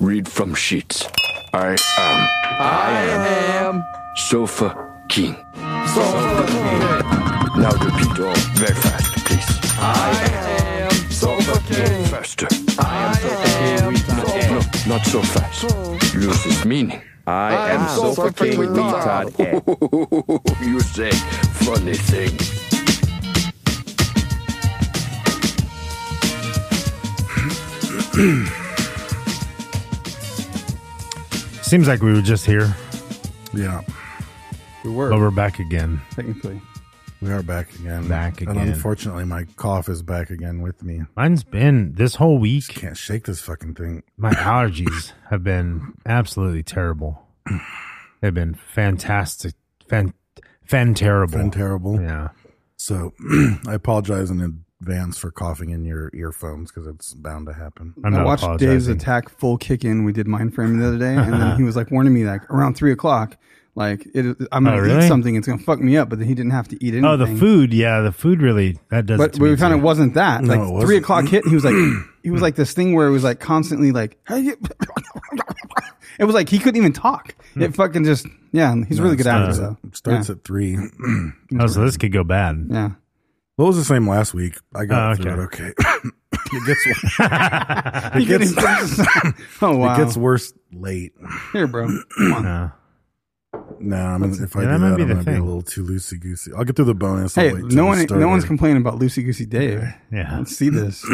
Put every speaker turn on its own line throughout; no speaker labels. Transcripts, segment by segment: read from sheets. I am. I am. Sofa King. Sofa King. Now repeat all very fast, please. I am. Sofa King. Faster. I am Sofa King. No, no, not so fast. Loses meaning.
I am Sofa King Retard Ed.
you say funny thing.
Seems like we were just here,
Yeah,
but
We were,
we're back again.
technically.
we are back again.
Back again.
And unfortunately, my cough is back again with me.
Mine's been this whole week.
Can't shake this fucking thing.
My allergies have been absolutely terrible. They've been fantastic, fan, fan terrible,
Been terrible.
Yeah,
So I apologize in advance for coughing in your earphones because it's bound to happen.
I'm
I
not
watched
apologizing.
Dave's attack full kick in. We did mind frame the other day, and then he was like warning me like around three o'clock, like it, I'm
Oh,
gonna
really?
eat something. It's gonna fuck me up. But then he didn't have to eat anything.
Oh, the food. Yeah, the food really that does. it
But
to me
we found
too.
it wasn't that.
No,
Like
it wasn't.
three o'clock hit, and he was like, he was like this thing where it was like constantly like, "How you-" it was like he couldn't even talk. It fucking just yeah. He's really good at it.
starts
though.
It starts
yeah.
at three.
Oh, so this could go bad.
yeah.
Well, it was the same last week. I got
Oh,
through it okay. it gets worse.
He couldn't even- oh wow.
It gets worse late.
Here, bro. Come on.
Uh,
No, I mean, if I
Yeah,
do
that
that,
might
I'm
be the
going to be a
thing.
little too loosey goosey. I'll get through the bonus. I'll
Hey,
wait till
no
the
one,
starter.
no one's complaining about Lucy Goosey Dave.
yeah,
Let's see this.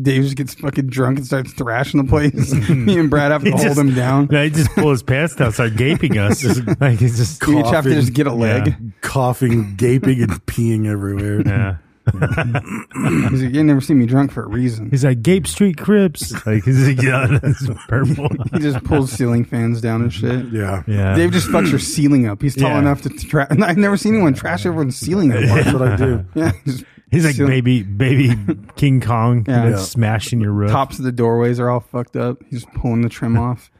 Dave just gets fucking drunk and starts thrashing the place. Me and Brad have to
He
hold
just-
him down.
Yeah, he just pull his pants down, start gaping us. like he's just
We each have to
coughing.
just get a leg.
coughing, gaping, and peeing everywhere.
Yeah.
He's like, you ain't never seen me drunk for a reason.
He's like Gape Street Crips. Like he's like, yeah, that's purple.
He just pulls ceiling fans down and shit.
Yeah.
Yeah.
Dave just fucks your ceiling up. He's tall
Yeah.
enough to trash. I've never seen anyone trash everyone's ceiling up.
That's what I do.
Yeah, just
He's like
ceiling-
baby, baby King Kong,
Yeah.
you know,
Yeah.
smashing your roof.
Tops of the doorways are all fucked up. He's just pulling the trim off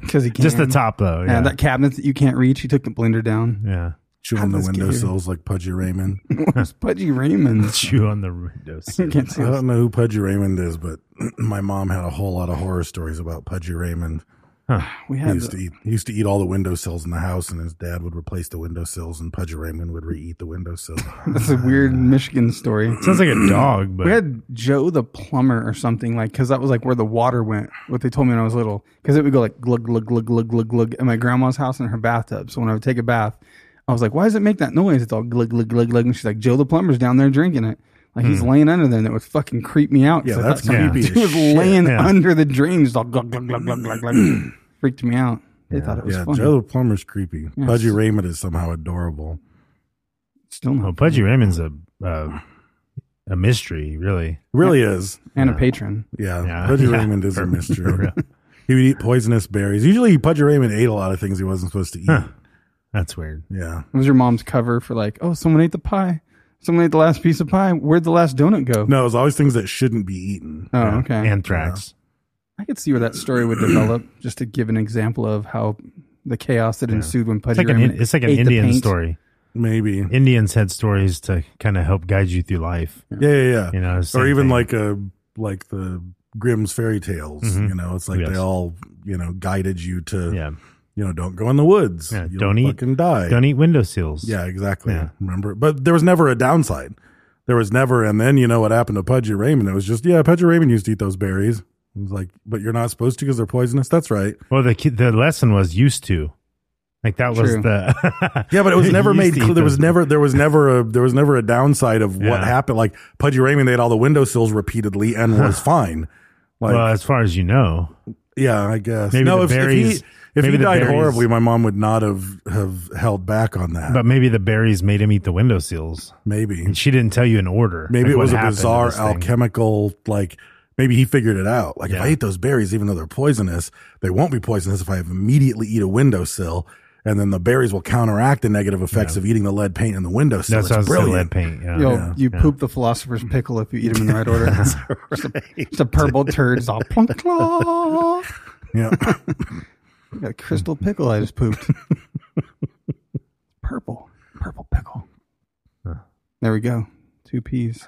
because he can.
Just the top though.
Yeah.
Yeah,
that cabinet that you can't reach. He took the blender down.
yeah.
Chew on the
Let's get here.
windowsills like Pudgy Raymond.
Where's Pudgy Raymond?
Chew on the windows.
Can't see
I
us.
don't know who Pudgy Raymond is, but my mom had a whole lot of horror stories about Pudgy Raymond.
We
He
had
used to eat he used to eat all the windowsills in the house and his dad would replace the windowsills and Pudgy Raymond would re-eat the windowsill.
That's a weird Michigan story.
Sounds like a dog, but
We had Joe the plumber or something like because that was like where the water went. What they told me when I was little because it would go like glug glug glug glug glug glug at my grandma's house in her bathtub. So when I would take a bath, I was like, "Why does it make that noise?" It's all glug glug glug glug. And she's like, "Joe the plumber's down there drinking it." Like he's laying under there, and it would fucking creep me out. 'cause
Hmm. Yeah,
I
that's
thought
creepy
He
as
was laying
Yeah.
under the drain, just all glug glug glug glug glug glug. Freaked me out. They thought it was
yeah,
funny.
Joe the plumber's creepy. Pudgy Raymond is somehow adorable.
Still
well,
not.
Oh, Pudgy Raymond's a uh, a mystery, really.
Really is.
And a patron.
Yeah.
Yeah.
Pudgy
Yeah.
Raymond is a
For- for
mystery.
real.
he would eat poisonous berries. Usually Pudgy Raymond ate a lot of things he wasn't supposed to eat.
Huh. That's weird.
Yeah.
What was your mom's cover for like, oh, someone ate the pie. Someone ate the last piece of pie. Where'd the last donut go?
No, it was always things that shouldn't be eaten.
Uh,
Oh, okay.
Anthrax.
I could see where that story would develop, just to give an example of how the chaos that ensued when Pudgy
It's like an
Raymond
in- it's like an
ate the
Indian
paint.
story.
Maybe.
Indians had stories to kind of help guide you through life.
Yeah, yeah, yeah.
You know,
or
same
even
thing.
like a like the Grimm's fairy tales.
Mhm.
You know, it's like
Yes.
they all you know guided you to
Yeah,
you know don't go in the woods.
Yeah,
You'll
don't eat-
fucking die.
don't eat windowsills.
Yeah, exactly.
Yeah.
Remember, but there was never a downside. There was never, and then you know what happened to Pudgy Raymond? It was just yeah, Pudgy Raymond used to eat those berries. It was like, but you're not supposed to because they're poisonous. That's right.
Well, the ki- the lesson was used to, like that was
True.
the
Yeah, but it was never
Used
made
to eat
clear. There
those.
was never there was never a there was never a downside of what
Yeah.
happened. Like Pudgy Raymond, they had all the windowsills repeatedly and was fine. Like,
well, as far as you know,
Yeah, I guess.
Maybe
no,
the
if, if
berries-
he if
maybe
he
the
died
berries-
horribly, my mom would not have have held back on that.
but maybe the berries made him eat the windowsills.
maybe,
And she didn't tell you in order.
maybe
like,
it was
what
a
happened to
bizarre
this thing.
alchemical like maybe he figured it out. Like if
Yeah.
I eat those berries, even though they're poisonous, they won't be poisonous if I immediately eat a windowsill. And then the berries will counteract the negative effects of eating the lead paint in the windowsill.
That's
It's
how it's the lead
brilliant.
paint. Yeah.
Yo,
yeah.
you poop the philosopher's pickle if you eat them in the right order. It's a, just a purple turd. It's all plunk claw.
Yeah.
Got a crystal pickle I just pooped. purple. Purple pickle. There we go. Two peas.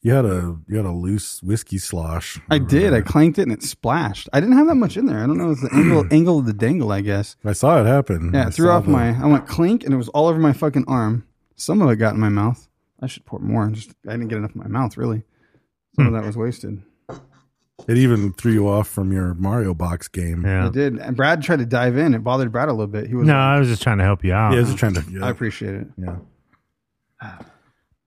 you had a you had a loose whiskey slosh.
I did. I clanked it and it splashed. I didn't have that much in there. I don't know. It's the angle angle of the dangle, I guess.
I saw it happen.
Yeah,
I
it threw
saw
off
the-
my. I went clink, and it was all over my fucking arm. Some of it got in my mouth. I should pour more. Just I didn't get enough in my mouth. Really, some
Hmm.
of that was wasted.
It even threw you off from your Mario box game.
Yeah.
I did. And Brad tried to dive in. It bothered Brad a little bit. He was.
No,
like,
I was just trying to help you out.
Yeah, just trying to.
I
Yeah,
appreciate it.
yeah.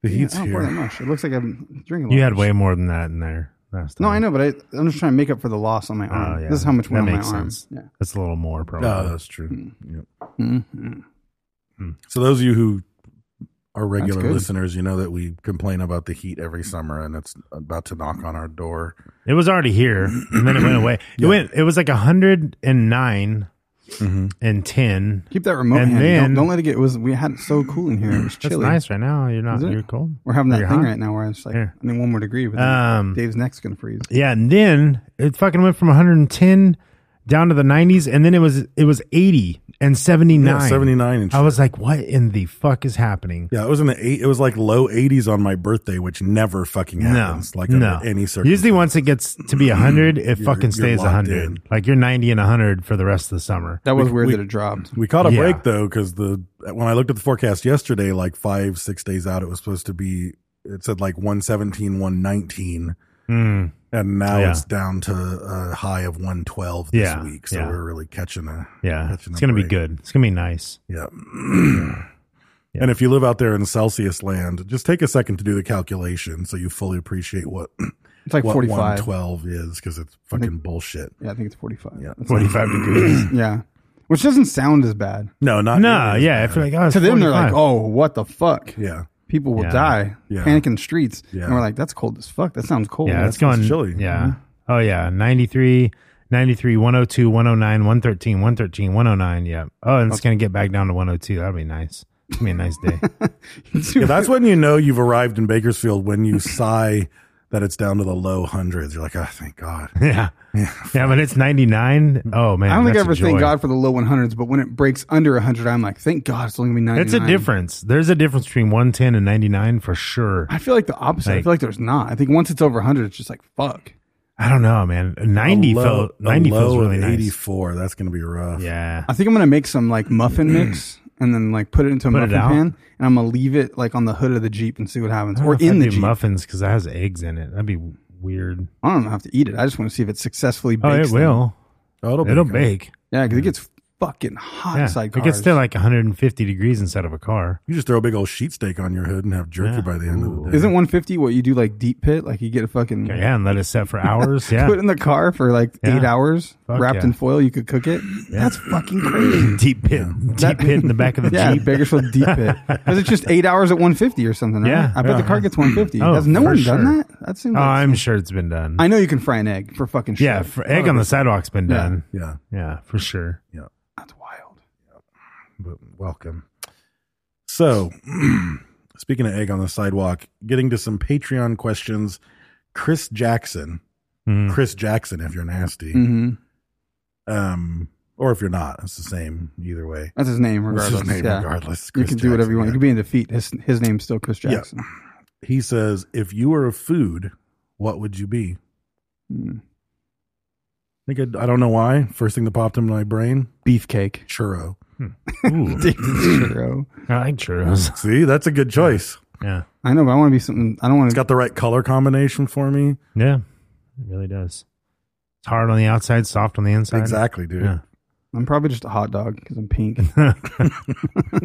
The
Yeah,
heat's
I don't pour that
here.
much. It looks like I'm drinking. a
you
lot.
had way more than that in there last time.
No, I know, but I, I'm just trying to make up for the loss on my arm.
Oh, yeah.
This is how much
that
went on my
makes
arm.
sense.
Yeah.
That's a little more, probably.
Oh, that's true.
Hmm.
Yep.
Mm-hmm.
Hmm. So those of you who are regular
good.
listeners, you know that we complain about the heat every summer, and it's about to knock on our door.
It was already here, and then it went away. It went. It was like hundred
Mm-hmm.
and ten.
Keep that remote
And
handy.
then-
don't, don't let it get. It was we had it so cool in here. It was
That's
chilly.
nice right now. You're not.
Is it?
You're cold.
We're having
You're
that thing
hot.
right now where it's like
Here.
I mean one more degree, but then
Um,
Dave's neck's gonna freeze.
Yeah, and then it fucking went from 110 down to the 90s, and then it was it was 80 and 79.
Yeah, 79 and
I was like, what in the fuck is happening?
Yeah, it was in the eight. It was like low 80s on my birthday, which never fucking
No,
happens. like
no.
under any circumstance.
Usually, once it gets to be 100, it
You're-
fucking
you're
stays
locked
100.
in.
Like you're 90 and 100 for the rest of the summer.
That was weird
we-
that it dropped.
We caught a
Yeah.
break though, because the when I looked at the forecast yesterday, like five six days out, it was supposed to be. It said like 117, 119,
Mm.
and now
Yeah.
it's down to a high of 112 this
Yeah,
week. So
yeah.
we're really catching a
Yeah,
catching
it's
a
gonna be
break.
good. It's gonna be nice.
Yeah. And if you live out there in Celsius land, just take a second to do the calculation so you fully appreciate what
It's like
what
forty five.
112 is because it's fucking bullshit.
Yeah, I think it's forty five.
Yeah.
That's-
45 degrees.
yeah. Which doesn't sound as bad.
No, not
no,
nearly as
yeah. I
bad.
feel like oh, it's
To them, they're like,
45.
"Oh, what the fuck?
yeah.
People will
Yeah.
die.
Yeah.
Panic in the streets."
Yeah.
And we're like, "That's cold as fuck. That sounds cold."
yeah,
that's-
it's going
it's chilly.
Yeah. Oh yeah, 93, 93, 102, 109, 113, 113, 109. Yeah. Oh, and it's gonna get back down to 102. That'll be nice. It'll be a nice day.
Yeah, that's when you know you've arrived in Bakersfield when you sigh that it's down to the low hundreds. You're like, oh, thank God.
yeah. Yeah, but it's 99. Oh man,
I don't
that's
think I
a
ever thank
joy.
God for the low 100s, but when it breaks under 100, I'm like, thank God it's only going to be 99.
It's a difference. There's a difference between 110 and 99 for sure.
I feel like the opposite. I
Like-
feel like there's not. I think once it's over 100, it's just like, fuck.
I don't know, man. 90
A low-
felt
a
90 feels
low of
really nice.
84. That's going to be rough.
Yeah.
I think I'm going to make some like muffin mix and then like put it into a
Mm. Put it
muffin
out?
pan and I'm going to leave it like on the hood of the Jeep and see what
I
happens.
don't
Or
know if
in
I'd
the
do
Jeep.
muffins because that has eggs in it. That'd be weird.
I don't have to eat it. I just want to see if it successfully
Oh,
bakes.
it
them.
will.
Oh, it'll,
It'll
bake.
bake.
Yeah, because it gets fucking hot
Yeah.
inside
It
cars.
gets to like 150 degrees inside of a car.
You just throw a big old sheet steak on your hood and have jerky
Yeah.
by the end of the day.
Isn't 150 what you do like deep pit? Like you get a fucking.
Yeah, Yeah, and let it set for hours. Yeah.
Put it in the car for like eight
Yeah.
hours,
Fuck
wrapped
yeah.
in foil. You could cook it. That's fucking crazy.
deep pit, deep pit in the back of the
Yeah,
jeep.
Bakersfield deep pit. Because it's just eight hours at 150 or something, right?
Yeah.
I bet the car gets 150.
Oh,
Has no
for
one
sure.
done that? That seems
Oh,
like
I'm sure it's been done.
I know you can fry an egg for fucking sure.
yeah, for, egg on the sidewalk's been
Yeah.
done.
yeah.
Yeah, for sure.
That's wild.
but welcome. So, speaking of egg on the sidewalk, getting to some Patreon questions. Chris Jackson,
Mm.
Chris Jackson, if you're nasty,
Mm. Mm-hmm.
um, or if you're not, it's the same either way.
That's his name,
It's
regardless.
his name
yeah.
regardless.
You
Chris
can do whatever you want.
Jackson,
You can be in defeat. His, his name's still Chris
Yeah.
Jackson.
yeah. He says, if you were a food, what would you be? I think I'd, I don't know why. First thing that popped into my brain,
Beefcake.
churro.
Ooh,
Churro.
I like churros.
See, that's a good choice.
Yeah,
I know, but I want to be something. I don't want
It's
to.
got the right color combination for me.
yeah, it really does. It's hard on the outside, soft on the inside.
Exactly, dude.
Yeah.
I'm probably just a hot dog because I'm pink.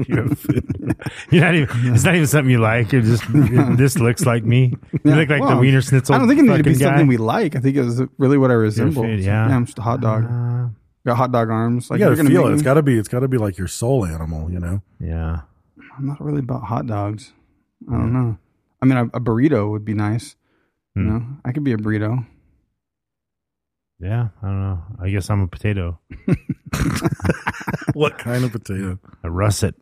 You're, a food. You're not even. It's not even something you like. You're just. this looks like me. You
Yeah,
look like the
well,
wiener schnitzel.
I don't think it needs to be
fucking guy.
something we like. I think it was really what I resemble.
food, yeah.
I'm just a hot dog.
Uh,
got hot dog arms. Like
Uh-huh. you
you're
gotta
gonna
feel
make
it. It's
me-
gotta be. It's gotta be like your soul animal. You know.
yeah.
I'm not really about hot dogs. I don't know. I mean, a, a burrito would be nice.
Hmm.
You know, I could be a burrito.
Yeah, I don't know. I guess I'm a potato,
What kind of potato?
a russet.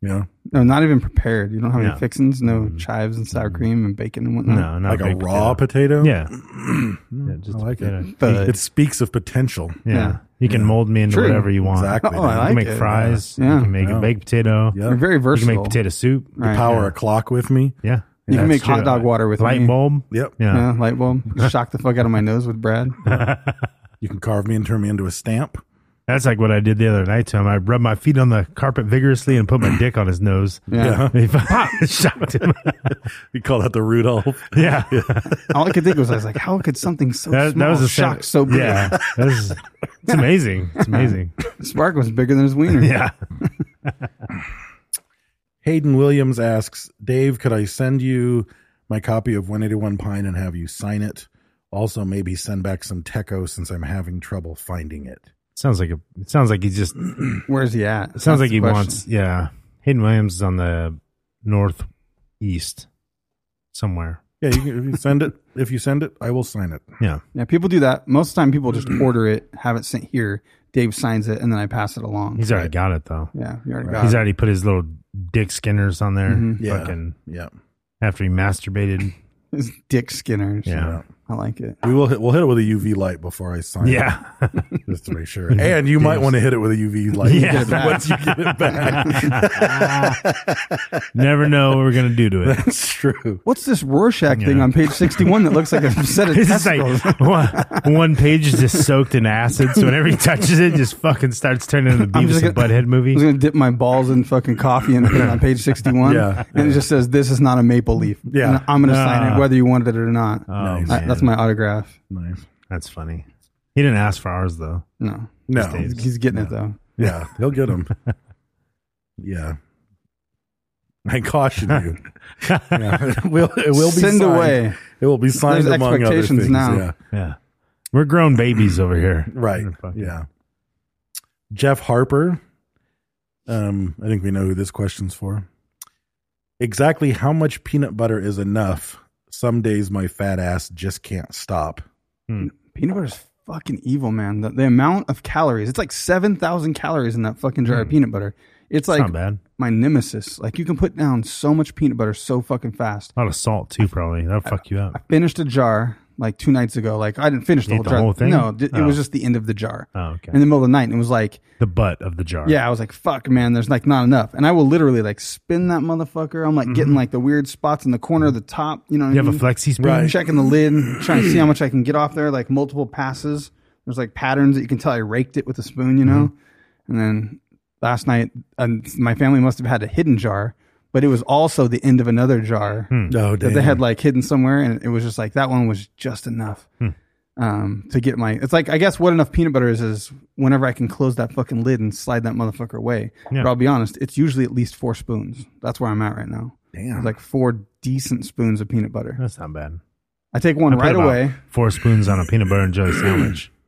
Yeah.
No, not even prepared. You don't have
No.
any fixings, no chives and sour cream and bacon and whatnot.
Mm-hmm. No, not
Like a
baked
raw potato?
Yeah, yeah just
I
a
like
potato.
it.
But-
It speaks of potential.
Yeah.
Yeah.
you can mold me into
True.
whatever you want.
Exactly.
Oh, I
You
dude.
like
can make
it.
fries.
Yeah.
You can make
Yeah.
a baked potato.
Yeah.
They're very
You can
versatile.
make potato soup.
Right.
Power a clock with me.
Yeah.
You can
Yeah,
make
that's
hot
true.
dog water with
light
me.
bulb.
Yep.
Yeah.
Yeah, light bulb. Shock the fuck out of my nose with Brad.
You can carve me and turn me into a stamp.
That's like what I did the other night to him. I rubbed my feet on the carpet vigorously and put my dick on his nose.
Yeah.
He shocked him.
You call that the Rudolph.
yeah.
All I could think was, I was like, how could something so
That,
small
that was a
shock
sen-
so big?
Yeah. That was, it's amazing. It's amazing.
Spark was bigger than his wiener.
Yeah.
Hayden Williams asks, Dave, could I send you my copy of 181 Pine and have you sign it? Also, maybe send back some Techo since I'm having trouble finding it.
Sounds like a, it sounds like he just, it
Where's he at?
sounds like
That's the
he
question.
wants, yeah. Hayden Williams is on the northeast somewhere.
Yeah, you can, if you send it, if you send it, I will sign it.
Yeah.
Yeah, people do that. Most of the time, people just order it, have it sent here. Dave signs it, and then I pass it along.
He's already got it though.
yeah, you already got
He's
it. Mm-hmm.
already put his little dick skinners on there.
Yeah.
Fucking
Yeah.
after he masturbated.
His dick skinners.
Yeah.
I like it.
We will hit, we'll hit it with a UV light before I sign it.
Yeah.
Just to make sure. And you might want to hit it with a UV light
Yeah.
once you get it back.
Never know what we're gonna do to it.
That's true.
What's this Rorschach
Yeah.
thing on page sixty-one that looks like a set of
It's just like
testicles?
one, one page is just soaked in acid, so whenever he touches it, just fucking starts turning into the
I'm
Beavis
just
and
gonna-
Butthead
I was
movie.
gonna dip my balls in fucking coffee and put it on page sixty-one,
Yeah.
and it just says, "This is not a maple leaf."
Yeah.
And I'm gonna sign
Ah.
it whether you wanted it or not.
Oh,
Nice.
I-
man.
that's my autograph.
Nice.
That's funny. He didn't ask for ours though.
No,
No.
Stays.
he's getting it though.
Yeah. He'll get them. Yeah. I caution you. Yeah. It will, it will be
Send
signed.
away.
It will be signed
There's
among other
expectations
things.
now.
Yeah.
Yeah, we're grown babies over here.
Right.
We're fucking-
Yeah. Jeff Harper. Um, I think we know who this question's for. Exactly how much peanut butter is enough? Some days my fat ass just can't stop.
Peanut butter is fucking evil, man. The, the amount of calories, it's like 7,000 calories in that fucking jar of peanut butter. It's like
Hmm. not bad.
my nemesis. Like you can put down so much peanut butter so fucking fast.
A lot of salt too, probably. That'll fuck you up.
Finished a jar like two nights ago. Like I didn't finish the,
Ate
whole,
the
jar.
whole thing?
No, th- it
Oh.
was just the end of the jar.
Oh, okay.
In the middle of the night. And it was like,
The butt of the jar.
yeah, I was like, fuck, man, there's like not enough. And I will literally like spin that motherfucker. I'm like getting like the weird spots in the corner of the top. You know what
Mm-hmm. You
I
have a Mm-hmm.
mean?
flexi spoon.
I'm checking the lid, trying to see how much I can get off there, like multiple passes. There's like patterns that you can tell I raked it with a spoon, you know?
Mm-hmm.
And then last night, and my family must have had a hidden jar, but it was also the end of another jar
Hmm.
No,
that they had like hidden somewhere. And it was just like that one was just enough
Hmm.
um, to get my. It's like, I guess what enough peanut butter is, is whenever I can close that fucking lid and slide that motherfucker away.
Yeah.
But I'll be honest, it's usually at least four spoons. That's where I'm at right now.
Damn.
Like four decent spoons of peanut butter.
That's not bad.
I take
I
one
put
right
about
away.
Four spoons on a peanut butter and jelly sandwich.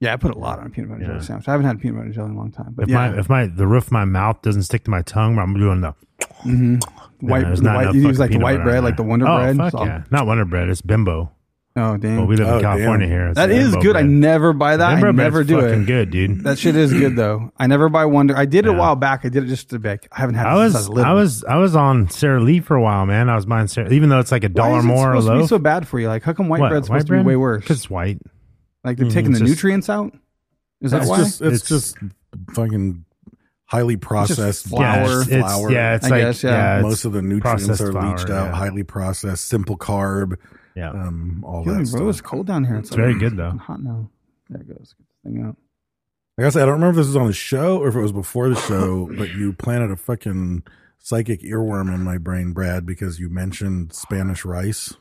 Yeah, I put a lot on a peanut butter and
Yeah.
jelly sandwich. I haven't had peanut butter and jelly in a long time. But
If
yeah,
my if my the roof of my mouth doesn't stick to my tongue, I'm doing the
white,
there's
the
not
white
enough
you
fucking
use like the
peanut
white
butter
bread,
on
like
there.
the Wonder
oh,
Bread.
Fuck
So I'll-
yeah. Not Wonder Bread. It's Bimbo.
Oh damn,
Well, we live
Oh,
in California
damn.
here. it's
that is
Bimbo
good. I
bread.
never buy that.
Bimbo
I
bread's
never do
fucking
it.
good, dude.
That shit is good though. I never buy Wonder. I did it a
Yeah.
while back. I did it just to be like I haven't had.
I
it
was,
since I was, little.
I was, I was on Sara Lee for a while, man. I was buying Sara, even though it's like a
Why
dollar
is it
more a
supposed to be
loaf.
so bad for you? Like how come white
What,
bread's
white
supposed to
bread?
be way worse?
'Cause it's white.
Like they're taking the
just-
nutrients out. Is that
it's
why?
just it's,
It's-
just fucking highly processed
flour.
yeah, it's, it's-
flour.
yeah, it's
I
like
guess, yeah.
yeah. Uh, it's
Uh, most of the nutrients
processed
are
flour,
leached out,
yeah.
highly processed, simple carb,
Yeah,
uh,
um, all
Kill me,
that
bro,
stuff.
it's cold down here. It's,
it's
like-
very good though.
fucking Hot now. There it goes. Get the thing out.
Like I said, I don't remember if this was on the show or if it was before the show, but you planted a fucking psychic earworm in my brain, Brad, because you mentioned Spanish rice.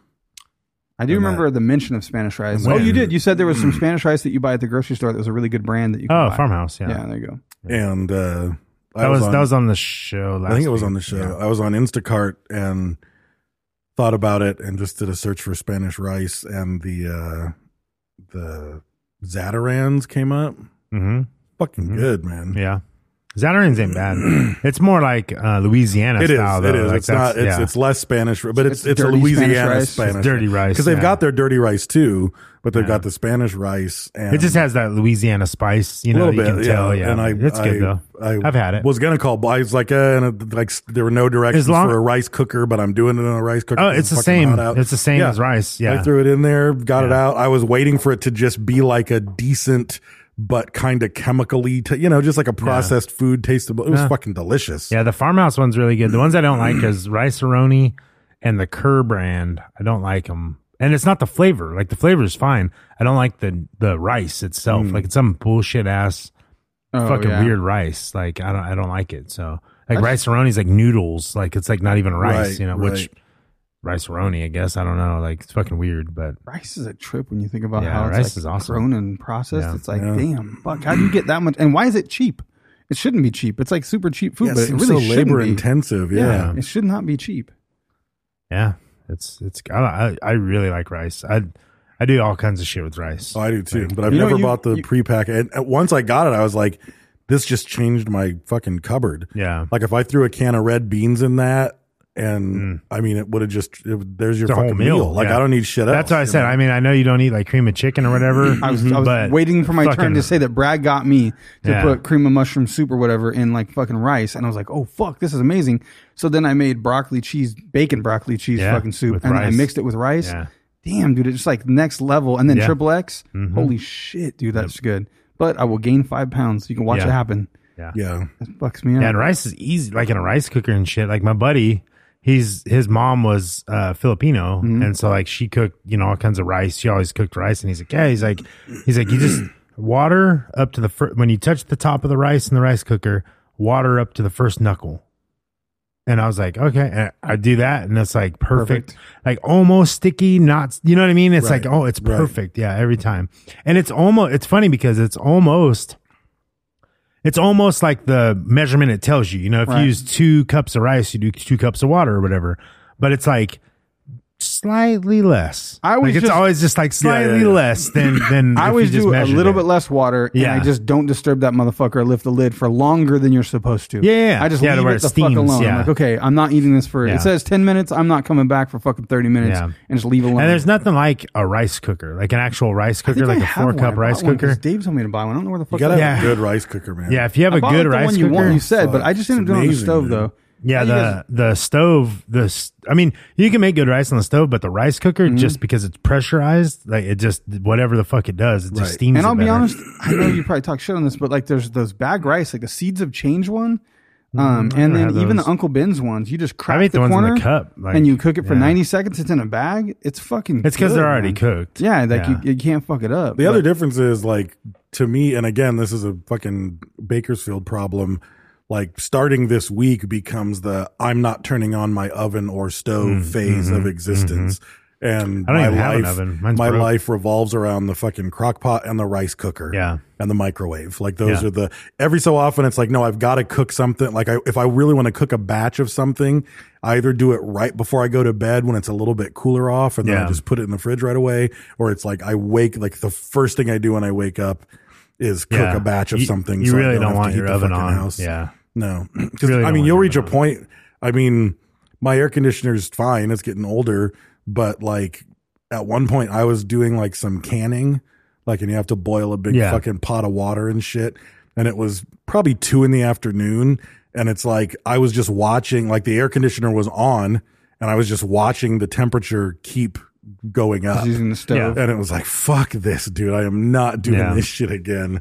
I do
And
remember
that-
the mention of Spanish rice.
When-
oh, you did. You said there was some
Mm.
Spanish rice that you buy at the grocery store that was a really good brand that you. Could
Oh,
buy.
farmhouse. Yeah,
Yeah. there you go.
And uh,
that was, that was on the show. Last
I think it was on the
week.
show.
Yeah.
I was on Instacart and thought about it and just did a search for Spanish rice and the uh the Zatarans came up.
Mhm. Mm-hmm.
Fucking good, man.
Yeah, Zatarain's ain't bad. It's more like uh, Louisiana
It is.
style. Though.
It is.
Like
it's not.
that's-
It's,
yeah.
it's less Spanish, but it's
it's
it's, a
dirty Spanish
Louisiana
rice?
Spanish,
It's dirty rice,
because they've
yeah.
got their dirty rice too, but they've got the Spanish rice. And
It just has that Louisiana spice, you know.
little
You
bit,
can tell, yeah.
And I,
it's
I-
good though.
I
I've had it.
Was gonna call. I was like, uh, and uh, like there were no directions
As long-
for a rice cooker, but I'm doing it on a rice cooker.
Oh,
'cause
it's the
fucking
same.
hot out.
It's the same as rice, yeah.
I threw it in there, got it
Yeah.
out. I was waiting for it to just be like a decent. But kind of chemically, t- you know, just like a processed food tastable. It was
Yeah.
fucking delicious.
yeah, the farmhouse one's really good. The ones I don't like is rice aroni and the Kerr brand. I don't like them, and it's not the flavor. Like the flavor is fine. I don't like the the rice itself.
Mm.
Like it's some bullshit ass
Oh,
fucking
yeah.
weird rice. Like I don't I don't like it. So like rice aroni's like noodles. Like it's like not even rice.
Right,
you know which rice aroni? I guess I don't know. Like it's fucking weird, but
Rice is a trip when you think about
Yeah,
how it's
rice
like
is awesome.
grown and processed.
Yeah.
It's like,
Yeah.
damn, fuck, how do you get that much? And why is it cheap? It shouldn't be cheap. It's like super cheap food,
Yeah, it
but it
seems
really
so
shouldn't
labor
be.
intensive. yeah.
it should not be cheap.
yeah, it's it's I I, I really like rice. I I do all kinds of shit with rice.
Oh, I do too, but I've
You know,
never
you-
bought the
you-
pre-pack. And uh, once I got it, I was like, "This just changed my fucking cupboard."
Yeah.
like if I threw a can of red beans in that, and I mean, it would have just it, would- there's your
Mm. It's a
fucking
whole meal.
Like
yeah.
I don't need shit else.
That's what I
you
said.
know?
I mean, I know you don't eat like cream of chicken or whatever.
I was, I was
Mm-hmm. but
waiting for my turn
fucking-
to say that Brad got me to
Yeah.
put cream of mushroom soup or whatever in like fucking rice, and I was like, oh fuck, this is amazing. So then I made broccoli cheese, bacon broccoli cheese
Yeah,
fucking soup,
with
and I
rice.
mixed it with rice.
Yeah.
Damn, dude, it's just like next level. And then
Yeah. Mm-hmm.
triple X, holy shit, dude, that's good. But I will gain five pounds. You can watch
Yeah.
it happen.
yeah,
That fucks me up.
Yeah, and rice is easy, like in a rice cooker and shit. Like my buddy, he's his mom was uh, Filipino, and so like she cooked, you know, all kinds of rice. She always cooked rice, and he's like, yeah, he's like, he's like, you just water up to the fir- when you touch the top of the rice in the rice cooker, water up to the first knuckle. And I was like, okay, and I do that, and it's like perfect,
Perfect.
like almost sticky, not, you know what I mean? It's
Right,
like, oh, it's
right.
perfect, yeah, every time. And it's almost, it's funny because it's almost it's almost like the measurement it tells you. You know, if
Right.
you use two cups of rice, you do two cups of water or whatever. But it's like slightly less.
I always
like it's
just-
always just like
Yeah, yeah,
slightly
yeah.
less than than
I
if
always
you just
do a
measured
little
it.
bit less water,
Yeah.
and I just don't disturb that motherfucker. or Lift the lid for longer than you're supposed to.
Yeah, yeah, yeah.
I just
Yeah, to
leave
where
it
it
the
steams,
fuck alone. I'm
yeah.
like, okay, I'm not eating this for.
Yeah.
It says ten minutes. I'm not coming back for fucking thirty minutes,
Yeah.
and just leave it alone.
And there's nothing like a rice cooker, like an actual rice
I think
cooker, like
I
a
have
four
one. I
cup
bought
rice
one 'cause
cooker.
Dave told me to buy one. I don't know where the
you
fuck.
gotta
I-
have
Yeah.
a good rice cooker, man.
Yeah, if you have
I
a
bought
good
the
rice
one you,
cooker,
want, you said, but
Fuck,
I just
it's
ended up doing it on the
amazing,
stove
dude.
though.
Yeah,
How
the
do you guys-
the stove. The s- I mean, you can make good rice on the stove, but the rice cooker,
Mm-hmm.
just because it's pressurized, like it just whatever the fuck it does, it
Right.
just steams.
And
it
I'll be
better.
honest, I know you probably talk shit on this, but like there's those bag rice, like the seeds of change one. Um,
Mm, I
and
never had
then even the
those.
Uncle Ben's ones, you just crack
I've ate
the,
the ones in the
corner
cup, like,
and you cook it for
yeah.
90 seconds. It's in a bag. It's fucking.
It's because
good,
they're already
man.
cooked.
Yeah, like You, you can't fuck it up.
The other
but-
difference is like to me, and again, this is a fucking Bakersfield problem. Like starting this week becomes the I'm not turning on my oven or stove phase of existence. And
Mm, mm-hmm, I
my
don't even have an
life,
oven. Mine's
my
broke.
life revolves around the fucking crock pot and the rice cooker.
Yeah.
And the microwave. Like those
Yeah.
are the, every so often it's like, no, I've got to cook something. Like I, if I really want to cook a batch of something, I either do it right before I go to bed when it's a little bit cooler off and then I
Yeah.
just put it in the fridge right away. Or it's like I wake like the first thing I do when I wake up is cook
Yeah.
a batch of
You-
something.
you really don't
have to
want
heat
your
the
oven
fucking
on. Yeah.
no, because
Really
I
don't
mean
want
you'll
your
reach a
oven on.
point. I mean my air conditioner's fine; it's getting older, but like at one point I was doing like some canning, like and you have to boil a big
Yeah.
fucking pot of water and shit, and it was probably two in the afternoon, and it's like I was just watching, like the air conditioner was on, and I was just watching the temperature keep going up.
using the stove.
Yeah.
And it was like, fuck this, dude. I am not doing
Yeah.
this shit again.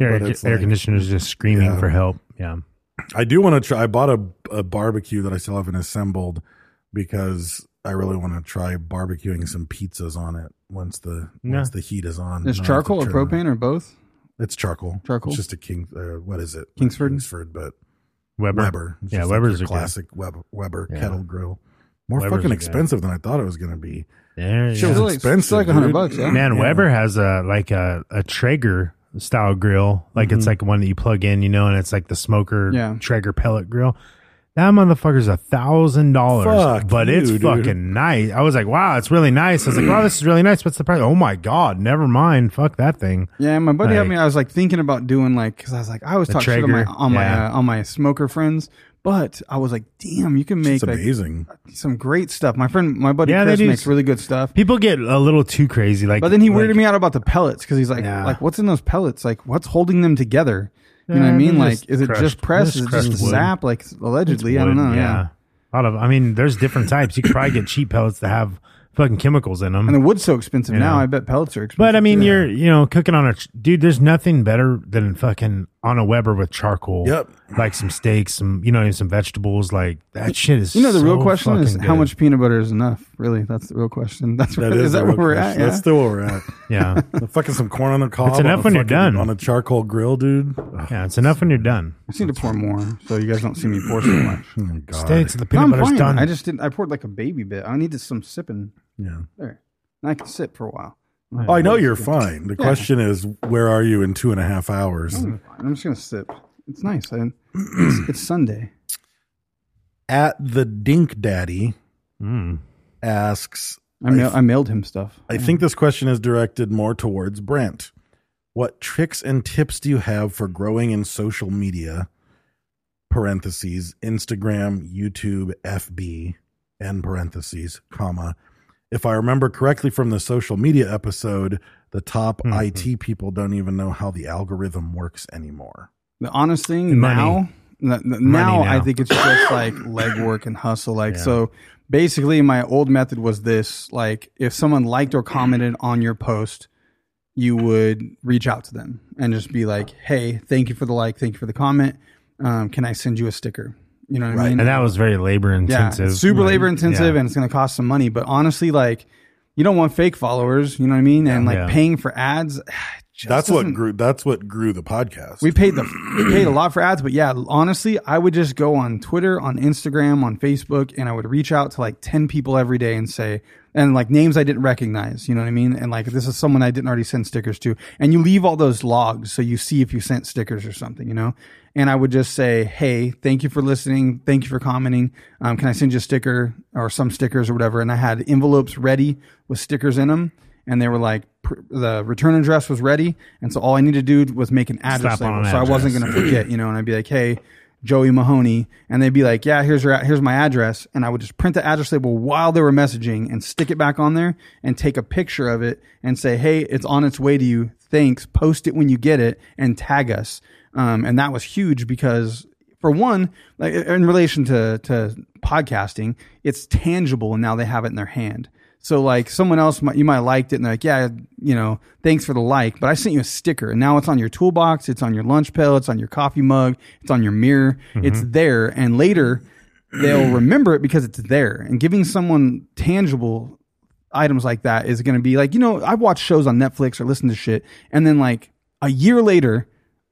Air,
But
air
it's like-
conditioners just screaming
Yeah.
for help. Yeah.
I do want to try. I bought a, a barbecue that I still haven't assembled because I really want to try barbecuing some pizzas on it once the
Yeah.
once the heat is on.
There's
I'll have
charcoal or
to trim
propane or both.
it. It's charcoal.
Charcoal?
It's just a king. Uh, what is it? Not
Kingsford?
Kingsford, but
Weber.
Weber. It's
Yeah,
just like
Weber's
your
a
classic Weber, Weber
Yeah.
kettle grill. More
Weber's
fucking
are good.
expensive than I thought it was going to be.
There,
Shit
yeah.
was
Still like-
expensive.
still like 100
dude.
bucks, yeah.
Man, Weber has a like a, a Traeger
Mm-hmm.
style grill. Like it's like one that you plug in, you know, and it's like the smoker
Yeah.
Traeger pellet grill. That motherfucker's a thousand dollars,
Fuck
but
you,
it's
dude.
fucking nice. I was like, wow, it's really nice. I was like, wow, this is really nice. What's the price? Oh my god, never mind. Fuck that thing.
Yeah, my buddy helped
Like-
me. I was like thinking about doing like because I was like I always
The
talk shit on my
Traeger,
on my
yeah.
uh, on my smoker friends, but I was like, damn, you can make
It's
like,
amazing.
some great stuff. My friend, my buddy
Yeah, they
Chris
do.
makes really good stuff.
People get a little too crazy. Like,
But then he
like,
weirded me out about the pellets because he's like,
Yeah.
like what's in those pellets? Like what's holding them together? You know what I
Yeah,
mean?
they're
Like,
just
is it just
crushed-
press?
just
Is it just
crushed
a
wood.
zap? Like allegedly, I don't
wood,
know. Yeah.
a lot of. I mean, there's different types. You could probably get cheap pellets that have fucking chemicals in them.
And the wood's so expensive
You
now.
know.
I bet pellets are expensive.
But I mean,
too.
you're you know cooking on a ch- dude. There's nothing better than fucking on a Weber with charcoal.
Yep.
like some steaks, some you know, some vegetables. Like that shit is.
You know, the real
so
question is
fucking
how
good.
much peanut butter is enough? Really, that's the real question. That's
That
where-
is,
is that
the
where
real
we're
question.
at? Yeah.
That's still where we're at.
Yeah,
fucking some corn on the cob.
It's
on
enough
a
when you're
fucking-
done.
on a charcoal grill, dude. Ugh,
yeah. It's enough when you're done.
I just need to pour more, so you guys don't see me pour so much.
oh, God.
Steaks, the
No,
peanut
I'm
butter's
fine.
done.
I just didn't. I poured like a baby bit. I needed some sipping.
Yeah.
There, and I can sit for a while.
Oh, I know you're fine. The question is, where are you in two and a half hours?
I'm fine. I'm just gonna sip. It's nice. I, it's, it's Sunday.
At the Dink Daddy
Mm.
asks,
I, mail, I mailed him stuff.
I think this question is directed more towards Brent. What tricks and tips do you have for growing in social media? Parentheses, Instagram, YouTube, FB, end parentheses, comma. If I remember correctly from the social media episode, the top IT people don't even know how the algorithm works anymore.
The honest thing
Money.
now, n- n-
now.
now, I think it's just like legwork and hustle. Like so, basically, my old method was this: like if someone liked or commented on your post, you would reach out to them and just be like, "Hey, thank you for the like, thank you for the comment. Um, can I send you a sticker?" You know what I mean?
And that was very labor intensive.
Yeah, it's super
Like,
labor intensive,
yeah.
and it's going to cost some money. But honestly, like you don't want fake followers. You know what I mean? And like
Yeah.
paying for ads. just
That's what
doesn't-
grew. That's what grew the podcast.
we paid the we paid a lot for ads, but yeah, honestly, I would just go on Twitter, on Instagram, on Facebook, and I would reach out to like ten people every day and say, and like names I didn't recognize, you know what I mean? And like this is someone I didn't already send stickers to, and you leave all those logs so you see if you sent stickers or something, you know. And I would just say, hey, thank you for listening, thank you for commenting. Um, can I send you a sticker or some stickers or whatever? And I had envelopes ready with stickers in them. And they were like, pr- the return address was ready. And so all I needed to do was make an address address
Slap on
label.
an
so I wasn't
address.
gonna forget, you know, and I'd be like, hey, Joey Mahoney, and they'd be like, yeah, here's your here's my address, and I would just print the address label while they were messaging and stick it back on there and take a picture of it and say, hey, it's on its way to you. Thanks. Post it when you get it and tag us. Um, and that was huge because for one, like in relation to to podcasting, it's tangible, and now they have it in their hand. So like someone else, might, you might have liked it, and they're like, yeah, you know, thanks for the like, but I sent you a sticker, and now it's on your toolbox, it's on your lunch pail, it's on your coffee mug, it's on your mirror, it's there, and later they'll remember it because it's there. And giving someone tangible items like that is going to be like, you know, I watch shows on Netflix or listen to shit, and then like a year later,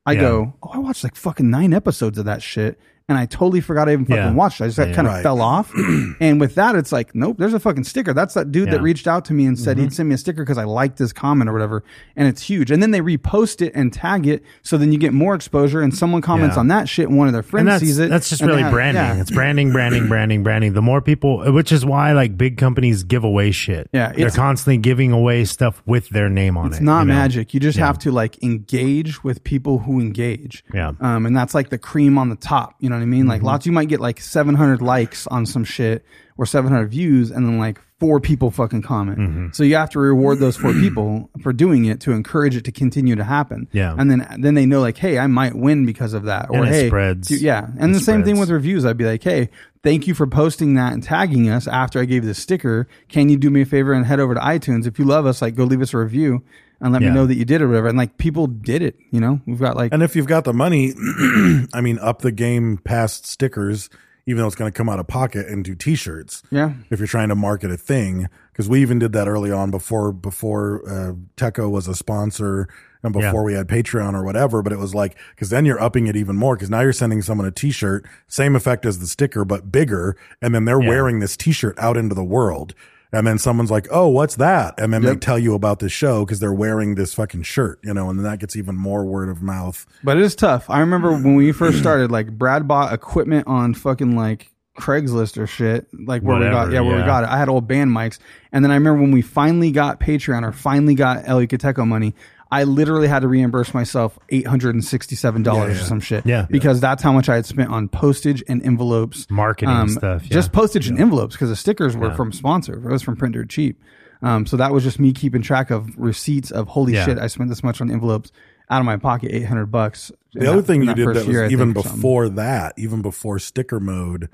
I
Yeah.
go, oh, I watched like fucking nine episodes of that shit, and I totally forgot I even fucking
Yeah.
watched it. I just kind of
Right.
fell off. and with that, it's like, nope, there's a fucking sticker. That's that dude that
Yeah. Mm-hmm.
reached out to me and said he'd send me a sticker because I liked this comment or whatever, and it's huge. And then they repost it and tag it, so then you get more exposure, and someone comments
Yeah.
on that shit, and one of their friends
and that's,
sees it.
That's just
and they
really
have-
branding.
yeah.
It's branding, branding, branding, branding. The more people, which is why like big companies give away shit.
Yeah,
they're
it's-
constantly giving away stuff with their name on it.
It's not
you know?
magic. You just
Yeah.
have to like engage with people who engage.
Yeah. Mm-hmm.
Um, and that's like the cream on the top. You know what I mean? Like lots, you might get like 700 likes on some shit or 700 views and then like four people fucking comment.
Mm-hmm.
So you have to reward those four people for doing it to encourage it to continue to happen.
Yeah.
And then, then they know like, Hey, I might win because of that. Or
And it
Hey,
spreads.
do- yeah. And
It
the same thing
spreads.
with reviews. I'd be like, Hey, thank you for posting that and tagging us after I gave this sticker. Can you do me a favor and head over to iTunes? If you love us, like go leave us a review and let me
Yeah.
know that you did it or whatever. And like people did it, you know, we've got like,
And if you've got the money, I mean, up the game past stickers, even though it's going to come out of pocket and do T-shirts.
Yeah.
If you're trying to market a thing, because we even did that early on before before uh, Teco was a sponsor and
Yeah.
before we had Patreon or whatever. But it was like because then you're upping it even more because now you're sending someone a T-shirt, same effect as the sticker but bigger, and then they're wearing this T-shirt out into the world. And then someone's like, "Oh, what's that?" And then they
Yep.
tell you about this show because they're wearing this fucking shirt, you know. And then that gets even more word of mouth.
But it is tough. I remember when we first started, like Brad bought equipment on fucking like Craigslist or shit, like where we
Whatever,
got yeah, where
yeah.
we got it. I had old band mics, and then I remember when we finally got Patreon or finally got El Yucateco money. I literally had to reimburse myself eight hundred and sixty-seven dollars or some shit,
Yeah.
because that's how much I had spent on postage and envelopes, Um,
Marketing stuff, yeah.
just postage and envelopes because the stickers were from sponsor, it was from Printer Cheap. Um, so that was just me keeping track of receipts of holy
Yeah.
shit, I spent this much on envelopes out of my pocket, eight hundred bucks.
The other thing you did that was even before that, even before sticker mode,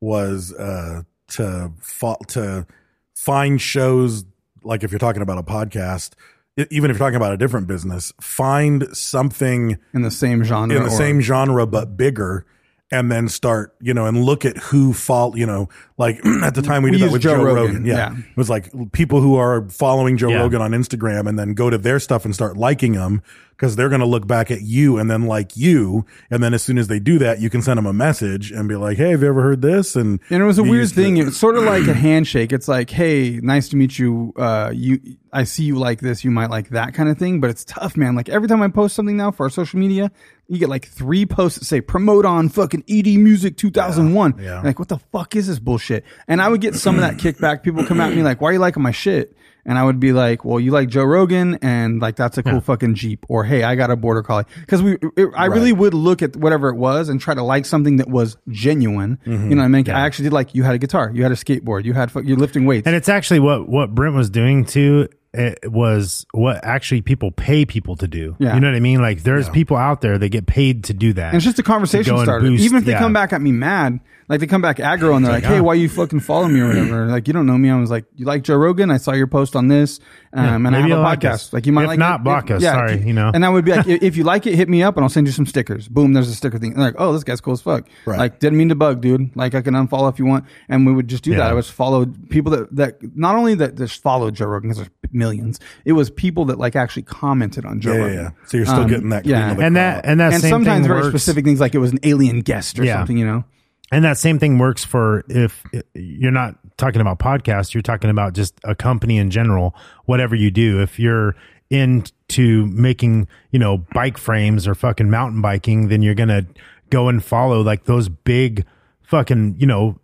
was uh, to fa- to find shows like if you're talking about a podcast, e- even if you're talking about a different business, find something
in the same genre,
in the
or-
same genre but bigger. And then start, you know, and look at who fall, you know, like at the time we,
We
did that
used
with Joe,
Joe
Rogan.
Rogan,
Yeah.
yeah.
It was like people who are following Joe
Yeah.
Rogan on Instagram and then go to their stuff and start liking them because they're going to look back at you and then like you. And then as soon as they do that, you can send them a message and be like, Hey, have you ever heard this? And,
And it was a
you
weird
used to-
thing. It's sort of like a handshake. It's like, hey, nice to meet you. Uh, you, I see you like this. You might like that kind of thing. But it's tough, man. Like every time I post something now for our social media, you get like three posts that say promote on fucking ED Music 2001.
Yeah, yeah.
Like, what the fuck is this bullshit? And I would get some of that kickback. People come at me like, why are you liking my shit? And I would be like, well, you like Joe Rogan, and like that's a cool fucking Jeep, or hey, I got a border collie. Because we, it, I really would look at whatever it was and try to like something that was genuine. You know what I mean? I actually did like you had a guitar, you had a skateboard, you had fu- you're lifting weights.
And it's actually what what Brent was doing too. It was what actually people pay people to do.
Yeah.
You know what I mean? Like there's people out there that get paid to do that.
And it's just a conversation starter. Even if they come back at me mad, like they come back aggro and they're like, "Hey,
"Ah."
why you fucking follow me or whatever?" Like you don't know me. I was like, "You like Joe Rogan? I saw your post on this, um, and I
maybe
have a
you'll like
podcast.
us.
Like you might
If
like
not,
it.
block us. Sorry,
if-
you know.
And I would be like, "If you like it, hit me up, and I'll send you some stickers." Boom, there's a sticker thing. And they're like, "Oh, this guy's cool as fuck."
Right.
Like didn't mean to bug, dude. Like I can unfollow if you want, and we would just do
Yeah.
that. I was followed people that that not only that just followed Joe Rogan because there's millions. It was people that like actually commented on Joe
yeah, yeah,
Rogan.
yeah. So you're still
Um,
getting that. cream
yeah.
of the
and
crop.
that and that
And
same
sometimes
thing
very
works,
specific things like it was an alien guest or
Yeah.
something, you know.
And that same thing works for if you're not talking about podcasts, you're talking about just a company in general, whatever you do. If you're into making, you know, bike frames or fucking mountain biking, then you're going to go and follow like those big fucking, you know,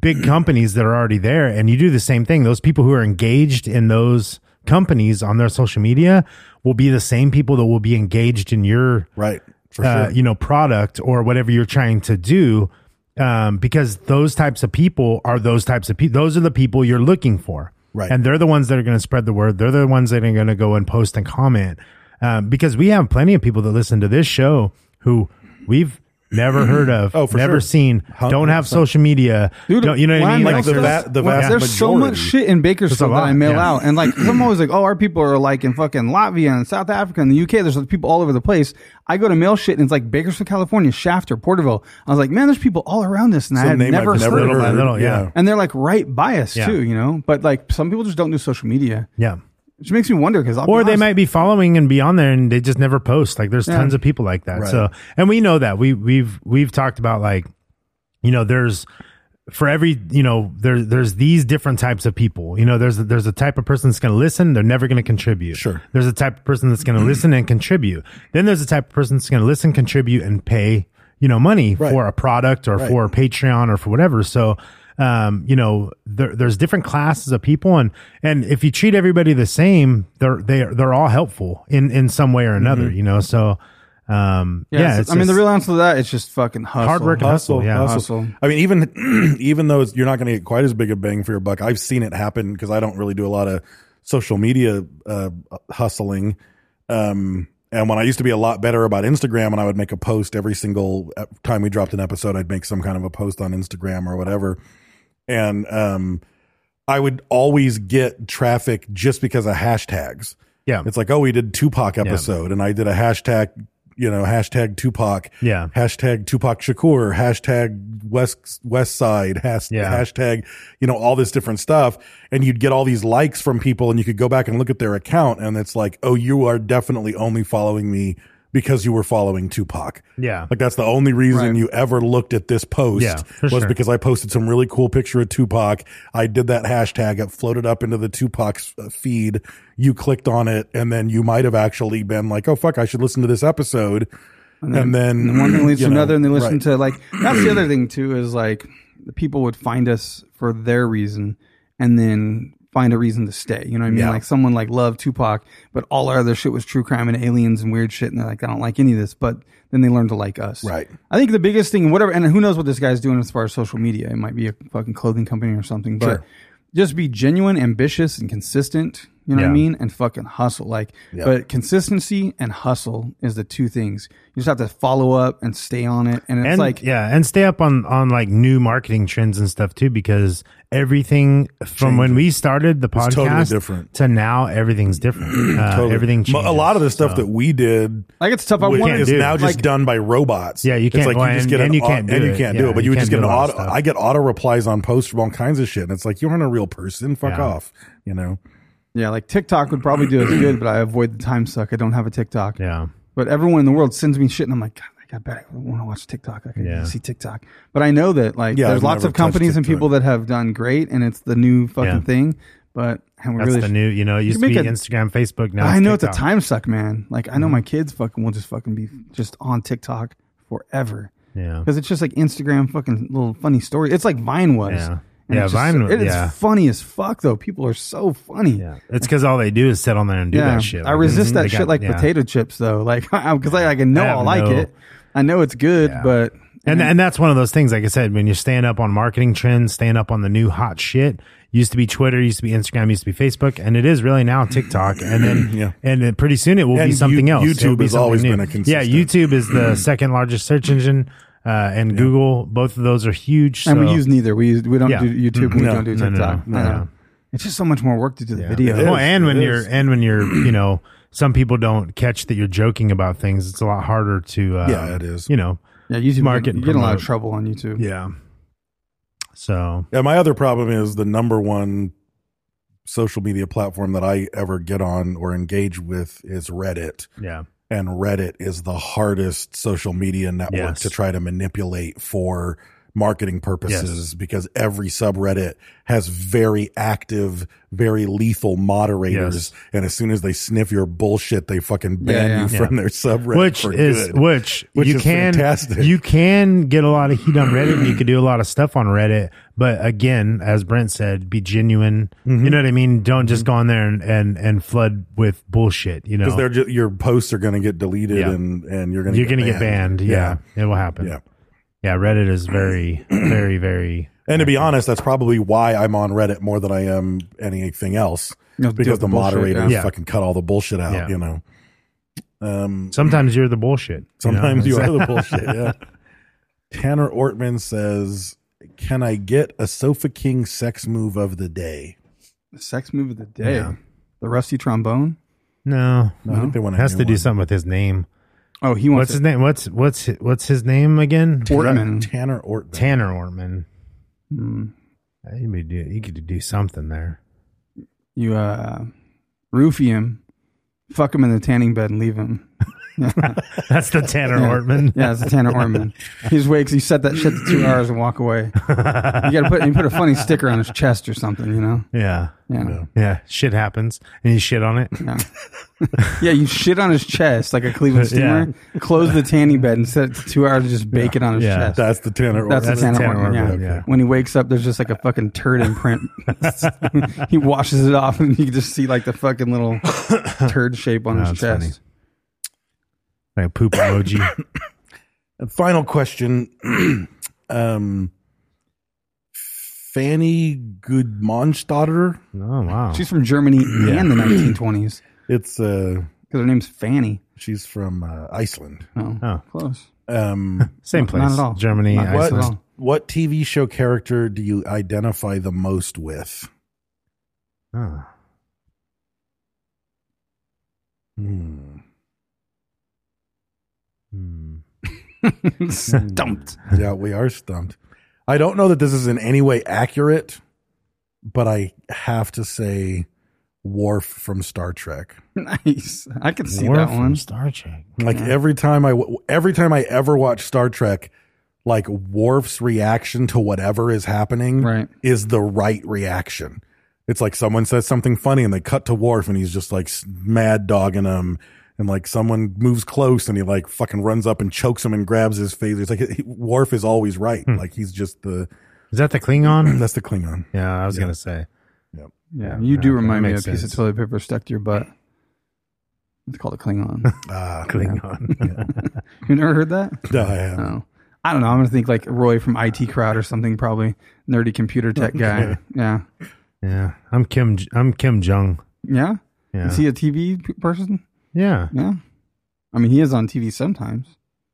big companies that are already there. And you do the same thing. Those people who are engaged in those companies on their social media will be the same people that will be engaged in your
right. For
uh,
sure.
you know product or whatever you're trying to do um, because those types of people are those types of people those are the people you're looking for
Right.
and they're the ones that are going to spread the word they're the ones that are going to go and post and comment um, because we have plenty of people that listen to this show who we've never heard of
Oh, for
never
sure.
seen
Hundred
don't have
percent.
social media don't, you know what i
when
mean
Like
mail
the
stuff-
va- the
when-
vast
There's so much
majority.
shit in Bakersfield
There's a
that I
lot,
mail
yeah.
out, and like I'm always like, oh, our people are like in fucking Latvia and South Africa and the UK. There's people all over the place. I go to mail shit, and it's like Bakersfield, California, Shafter, Porterville. I was like, man, there's people all around this, and I
Some
had
name I've
never, heard
heard
of
of.
them.
little, yeah.
And they're like right by us
Yeah.
too, you know. But like some people just don't do social media,
yeah
which makes me wonder because
or they might be following and be on there and they just never post like there's tons of people like that
Right.
so and we know that we we've we've talked about like you know there's for every you know there there's these different types of people you know there's there's a type of person that's going to listen they're never going to contribute
Sure.
there's a type of person that's going to listen and contribute then there's a type of person that's going to listen contribute and pay you know money
Right.
for a product or
Right.
for patreon or for whatever so um you know there, there's different classes of people and and if you treat everybody the same they're they're they're all helpful in in some way or another you know so um yeah,
Yeah,
it's
I mean, the
just-
real answer to that is just fucking hustle.
Hard work and hustle, yeah.
hustle.
I mean, even even though it's- you're not going to get quite as big a bang for your buck, I've seen it happen because I don't really do a lot of social media uh, hustling. Um, and when I used to be a lot better about Instagram, and I would make a post every single uh, time we dropped an episode, I'd make some kind of a post on Instagram or whatever, and um, I would always get traffic just because of hashtags.
Yeah.
it's like, oh, we did Tupac episode, and I did a hashtag, you know, hashtag Tupac,
Yeah.
hashtag Tupac Shakur, hashtag West West Side, has,
Yeah.
hashtag you know all this different stuff, and you'd get all these likes from people, and you could go back and look at their account, and it's like, oh, you are definitely only following me because you were following Tupac.
Yeah.
Like that's the only reason
Right.
you ever looked at this post
Yeah, for
was
sure.
because I posted some really cool picture of Tupac. I did that hashtag, it floated up into the Tupac's uh, feed. You clicked on it and then you might have actually been like, "Oh fuck, I should listen to this episode." And then,
and then one thing leads to
you know,
another, and they listen
right.
to like that's the other thing too is like the people would find us for their reason, and then find a reason to stay. You know what I mean?
Yeah.
Like someone like loved Tupac, but all our other shit was true crime and aliens and weird shit, and they're like, I don't like any of this. But then they learn to like us,
Right.
I think the biggest thing, whatever, and who knows what this guy's doing as far as social media. It might be a fucking clothing company or something, but
Sure.
just be genuine, ambitious, and consistent. You know what I
Yeah.
mean? And fucking hustle. Like,
Yeah.
but consistency and hustle is the two things. You just have to follow up and stay on it. And it's
and
like,
yeah, and stay up on on like new marketing trends and stuff too, because everything from when we started the podcast
It's totally different.
to now, everything's different. Uh,
Totally.
Everything
Mo-
changes,
a lot of the stuff
so.
that we did
like it's tough. I
Wait,
wanted
it's
do
to
it.
now just
like-
done by robots.
Yeah, you
It's
can't-
like
well,
you just
and-
get an
and you
au-
can't do
and you
it.
can't
Yeah,
do it. But
you
you would just
can't
get an
do a lot
auto.
of stuff.
I get auto replies on posts from all kinds of shit, and it's like you aren't a real person. Fuck
Yeah.
off. You know.
yeah, like TikTok would probably do as good, but I avoid the time suck. I don't have a TikTok.
yeah,
But everyone in the world sends me shit, and I'm like, God, I got better. I want to watch TikTok. I can
Yeah.
see TikTok. But I know that like
Yeah,
there's
I've
lots
never
of companies and
touched
people that have done great, and it's the new fucking
Yeah.
thing. But and we
that's
really
the
sh-
new. You know, it
You
used to
can
be
make a-
Instagram, Facebook. Now
I know it's a
TikTok. Mm-hmm.
time suck, man. Like I know my kids fucking will just fucking be just on TikTok forever.
Yeah.
because it's just like Instagram fucking little funny story. It's like Vine was.
Yeah.
And
Yeah,
it's
Vine was-
It's
yeah.
funny as fuck though. People are so funny.
Yeah, it's because all they do is sit on there and do that shit.
I
Like,
resist
they
that
got-
shit like
yeah.
potato chips though. Like because I, I can know
I
I will
have
like
no-
it. I know it's good,
Yeah.
but
And
Mm-hmm.
and that's one of those things. Like I said, when you stand up on marketing trends, stand up on the new hot shit. Used to be Twitter, used to be Instagram, used to be Facebook, and it is really now TikTok. And then
Yeah.
and then pretty soon it will
And
be something
you-
else.
YouTube
It'll be
has
something
always
new.
been a consistent-
Yeah, YouTube is the second largest search engine, uh, and Google. Both of those are huge.
and we
so-
use neither. We use, we don't
Yeah. Mm-hmm.
do YouTube. and We
No,
don't do
no, no,
TikTok.
no,
I know.
no.
It's just so much more work to do the video.
Oh, and when
it
you're
is.
and when you're you know some people don't catch that you're joking about things. It's a lot harder to uh,
Yeah, it is.
You know.
yeah,
Market
YouTube market. You
and
get in a lot of
promote.
trouble on YouTube.
Yeah. So
Yeah, my other problem is the number one social media platform that I ever get on or engage with is Reddit.
yeah.
and Reddit is the hardest social media network
Yes.
to try to manipulate for marketing purposes because every subreddit has very active, very lethal moderators.
Yes.
And as soon as they sniff your bullshit, they fucking ban
Yeah, yeah.
you from their subreddit.
which
for
is
good.
which,
Which
you
is
can
fantastic.
you can get a lot of heat on Reddit and you can do a lot of stuff on Reddit, but again, as Brent said, be genuine.
Mm-hmm.
You know what I mean? Don't just go on there and and, and flood with bullshit, you know.
because Mm-hmm. they're ju- your posts are going to get deleted
Yeah.
and, and you're going to
You're gonna get banned. Yeah, It will happen.
Yeah.
Yeah, Reddit is very, very, very
And to be honest, that's probably why I'm on Reddit more than I am anything else
No, deal
because
with
the
the bullshit, um,
moderators
yeah. Yeah.
fucking cut all the bullshit out,
Yeah.
you know. Um,
sometimes you're the bullshit. you
Sometimes
know?
you, are the bullshit. Yeah. Tanner Ortman says, "Can I get a Sofa King sex move of the day?"
The sex move of the day.
Yeah.
The rusty trombone.
No.
No, I think they want a
Has
new
to do
one.
something with his name.
Oh, he wants
What's his name? What's what's hi- what's his name again?
Ortman.
Tanner Ortman.
Tanner Ortman.
Hmm.
Uh, You could do you could do something there.
you uh roofie him, fuck him in the tanning bed and leave him.
That's the Tanner Ortman.
Yeah, it's a Tanner Orman. He just wakes, he set that shit to two hours and walk away. You gotta put you put a funny sticker on his chest or something, you know?
Yeah.
Yeah.
Yeah.
Yeah. Shit happens and you shit on it.
Yeah. yeah, you shit on his chest like a Cleveland steamer, close the tanning bed and set it to two hours and just bake it on his
Yeah.
chest.
That's the Tanner
That's,
Ortman.
a Tanner, Orman,
Orman,
yeah.
yeah.
When he wakes up, there's just like a fucking turd imprint. he washes it off and you can just see like the fucking little turd shape on
No,
his
it's funny.
chest.
Like a poop emoji.
And Final question. um, Fanny Goodmonstatter.
Oh wow.
She's from Germany and the 1920s
It's uh,
because her name's Fanny.
she's from uh, Iceland.
Oh,
Oh.
close.
Um,
Same place.
Not at all.
Germany,
Not at
Iceland.
all.
what what TV show character do you identify the most with?
Oh.
Stumped.
yeah, we are stumped. I don't know that this is in any way accurate, but I have to say Worf from Star Trek.
Nice. I can see
Worf
that
from
one.
Star Trek.
Like every time I w- every time I ever watch Star Trek, like Worf's reaction to whatever is happening
Right.
is the right reaction. It's like someone says something funny and they cut to Worf and he's just like s- mad dogging him. And like someone moves close and he like fucking runs up and chokes him and grabs his face. It's like he, Worf is always right. Like he's just the
Is that the Klingon?
that's the Klingon.
yeah, I was gonna say.
Yeah, you do
yeah,
remind
that
me of a
makes
piece of
sense.
toilet paper stuck to your butt. It's called a Klingon. Ah,
Klingon.
you never heard that?
No, I have.
No. I don't know. I'm gonna think like Roy from IT Crowd or something. Probably nerdy computer tech guy. Yeah.
yeah, I'm Kim. J- I'm Kim Jong.
Yeah.
Yeah.
Is he a TV p- person?
yeah,
Yeah. I mean, he is on TV sometimes.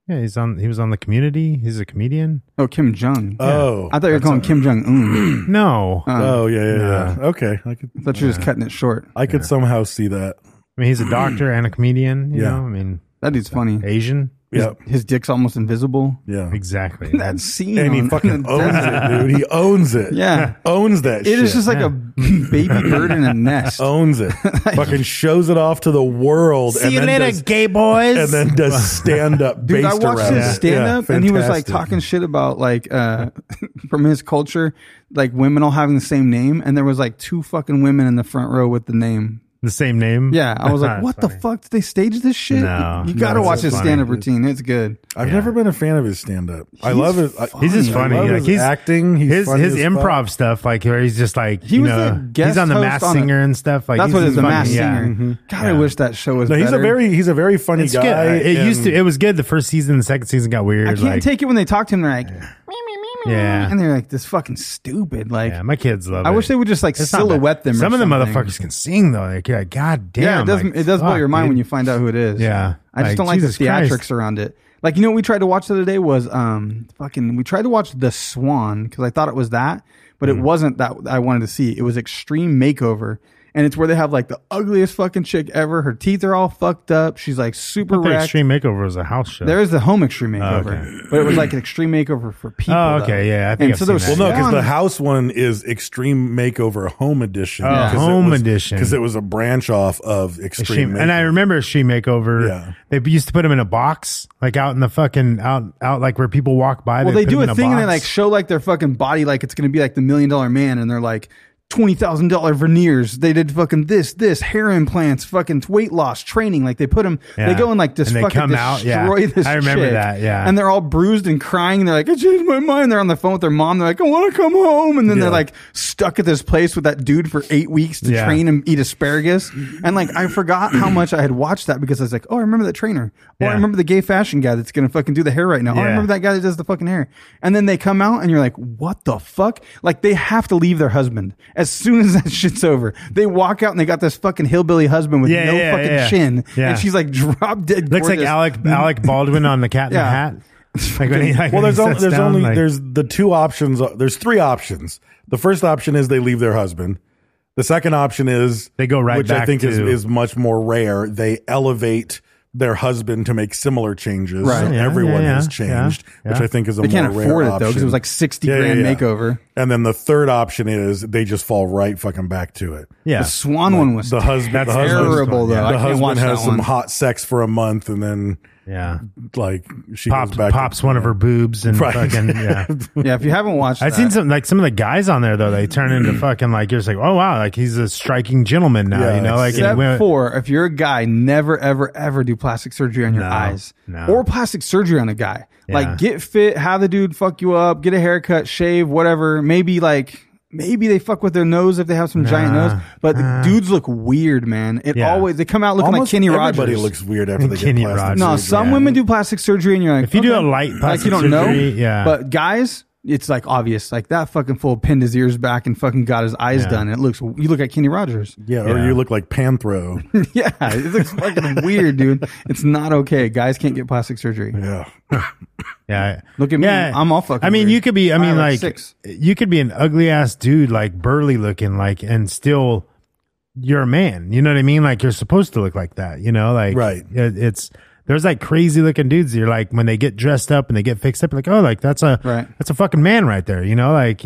yeah. He's on. He was on the Community. He's a comedian.
Oh, Kim Jong.
Oh,
I um, thought you were calling Kim Jong Un.
No,
Ah.
oh yeah, yeah, yeah. Okay, I could
I thought you were just cutting it short.
I could somehow see that.
I mean he's a doctor and a comedian. You
Yeah.
know, I mean
That dude's funny.
Asian.
Yep.
His dick's almost invisible.
Yeah.
Exactly.
That scene.
And he
on-
fucking owns it, dude. He owns it.
Yeah.
Owns that
It
shit.
is just like a baby bird in a nest.
owns it. fucking shows it off to the world.
See you
then
later,
does-
gay boys.
And then does stand up
Dude,
based
I watched
around
his
it.
stand
Yeah,
up and he was like
fantastic.
talking shit about like uh from his culture, like women all having the same name, and there was like two fucking women in the front row with the name.
the same name.
Yeah. I was like,
That's
what
funny.
the fuck? Did they stage this shit?
No.
you gotta
No,
watch
it's
his
funny.
stand up routine. It's good.
I've never been a fan of his stand up. I love it.
He's just funny.
I love
Like
his
he's
acting. He's
his
funny
his
as fuck.
improv stuff, like where he's just like
He
you
was
know,
the guest
he's on the
host
Mass
on it.
Singer and stuff. Like
That's
he's
what it's the
funny.
mass
yeah. Mm-hmm.
singer. God, I
Yeah.
wish that show was
No, he's a
better.
very he's a very funny
It's
guy.
good. It used to.
and-
It was good. The first season, the second season got weird.
I can't
like,
take it when they talk to him. They're like,
Yeah.
and they're like this fucking stupid. Like,
yeah, my kids love.
I
it.
wish they would just like
It's not bad.
silhouette them. or
Some of the
something.
motherfuckers can sing though. Like, you're like, God damn.
Yeah, it doesn't.
like,
it does blow
fuck,
your mind when
dude.
you find out who it is.
Yeah.
I just
Like,
don't like
Jesus
the theatrics
Christ.
around it. Like you know, what we tried to watch the other day was um fucking. We tried to watch The Swan because I thought it was that, but
Hmm.
it wasn't that I wanted to see. It was Extreme Makeover, and it's where they have like the ugliest fucking chick ever. Her teeth are all fucked up. She's like
I
super
thought
wrecked.
Extreme Makeover was a house show.
There is the home extreme makeover,
okay.
but it was like an extreme makeover for people.
Oh,
though.
okay, yeah, I think
and
I've
so there was
seen
Well, no, because
Swan-
the house one is Extreme Makeover Home Edition.
Oh, Home Edition.
Because it was a branch off of Extreme.
Extreme, and I
Makeover.
remember Extreme Makeover.
Yeah.
They used to put them in a box, like out in the fucking out out like where people walk by.
Well, they
they'd put
do
'em in
a thing and they
box.
like show like their fucking body, like it's gonna be like the million dollar man, and they're like twenty thousand dollar veneers. They did fucking this, this hair implants, fucking weight loss training. Like they put them,
Yeah.
they go and like just
And they
fucking
come out, yeah.
destroy this.
I remember
chick.
that, yeah.
and they're all bruised and crying. They're like, I changed my mind. They're on the phone with their mom. They're like, I want to come home, and then
Yeah.
they're like stuck at this place with that dude for eight weeks to
Yeah.
train him eat asparagus. And like I forgot how much I had watched that because I was like, oh, I remember that trainer. Oh, I
Yeah.
remember the gay fashion guy that's gonna fucking do the hair right now. Oh, I
Yeah.
remember that guy that does the fucking hair. And then they come out and you're like, what the fuck? Like they have to leave their husband as soon as that shit's over. They walk out and they got this fucking hillbilly husband with
Yeah,
no
yeah,
fucking
yeah.
chin.
Yeah.
And she's like drop dead.
Looks like
gorgeous. Mm-hmm.
Alec Alec Baldwin on the Cat in
Yeah.
the Hat. Like when he, like
Well,
when he
there's only,
sits
there's
down,
only
like-
there's the two options. uh, There's three options. The first option is they leave their husband. The second option is
They go right
which I
back
think is,
to-
is much more rare. They elevate their husband to make similar changes.
Right.
So
Yeah,
everyone
yeah, yeah,
has changed,
yeah,
which
yeah.
I think is a
They
more
can't
rare
afford it, though,
option.
'cause it was like 60 grand makeover.
And then the third option is they just fall right fucking back to it.
yeah.
The Swan one was
The husband, the husband-
terrible though. I
The
can't
husband
watch that
has some
one.
hot sex for a month, and then
Yeah.
like she
Pops
goes back to-
pops one of her boobs and
Right.
fucking yeah.
yeah, if you haven't watched,
I've
that,
seen some like some of the guys on there though. They turn into fucking like you're just like oh wow like he's a striking gentleman now
Yeah,
you know like and he
Except
went-
for if you're a guy, never ever ever do plastic surgery on your
No,
eyes
no.
or plastic surgery on a guy.
Yeah.
Like get fit, have the dude fuck you up, get a haircut, shave, whatever. Maybe like maybe they fuck with their nose if they have some giant
Nah,
nose. But the dudes look weird, man. It
Yeah.
always they come out looking
Almost
like Kenny
everybody
Rogers.
looks weird after they
Kenny
get plastic
Rogers.
no,
surgery.
some women do plastic surgery, and you're like,
If you do a
okay.
light
like you
plastic
don't
surgery,
know,
yeah.
But guys, it's like obvious. Like that fucking fool pinned his ears back and fucking got his eyes done. It looks you look like Kenny Rogers.
Yeah, or
Yeah.
you look like Panthro.
Yeah, it looks fucking weird, dude. It's not okay. Guys can't get plastic surgery.
yeah.
yeah
Look at me.
Yeah.
I'm all fucking
I mean
weird.
you could be I mean
I'm like
like
six.
you could be an ugly ass dude like burly looking like and still you're a man you know what I mean like you're supposed to look like that you know like
Right.
it, it's there's like crazy looking dudes you're like when they get dressed up and they get fixed up like oh like that's a
Right.
that's a fucking man right there you know like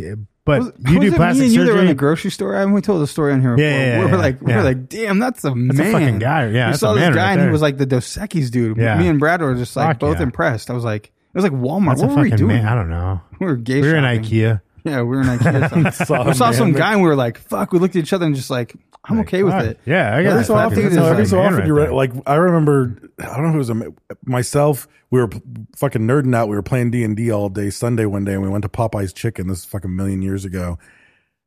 But
Was-
uh, you
was
do
it
plastic
me and you that were
surgery.
in the grocery store. I mean, we told the story on
Yeah,
here. before.
yeah, yeah,
we were
yeah,
like, we
yeah.
were like, damn, that's a man.
fucking guy. Yeah,
we
that's
saw
a
this
man
guy,
right
and he
there.
was like the Dos Equis dude.
Yeah.
Me and Brad were just like
Fuck
both
yeah.
impressed. I was like, it was like Walmart.
That's
what
a
were we
fucking
doing?
man. I don't know.
We were gay.
We were in
shopping.
IKEA.
Yeah, we were in IKEA. or something.
Saw
we saw
man
some
that-
guy, and we were like, fuck. We looked at each other and just like, I'm okay with
Fuck.
it.
Yeah, I
Every
got
so often
fucking-
it is
So
like-
every so
man
often,
right
you're
there.
right. Like I remember, I don't know who was a, myself. We were p- fucking nerding out. We were playing D and D all day Sunday one day, and we went to Popeye's Chicken. This is fucking a million years ago,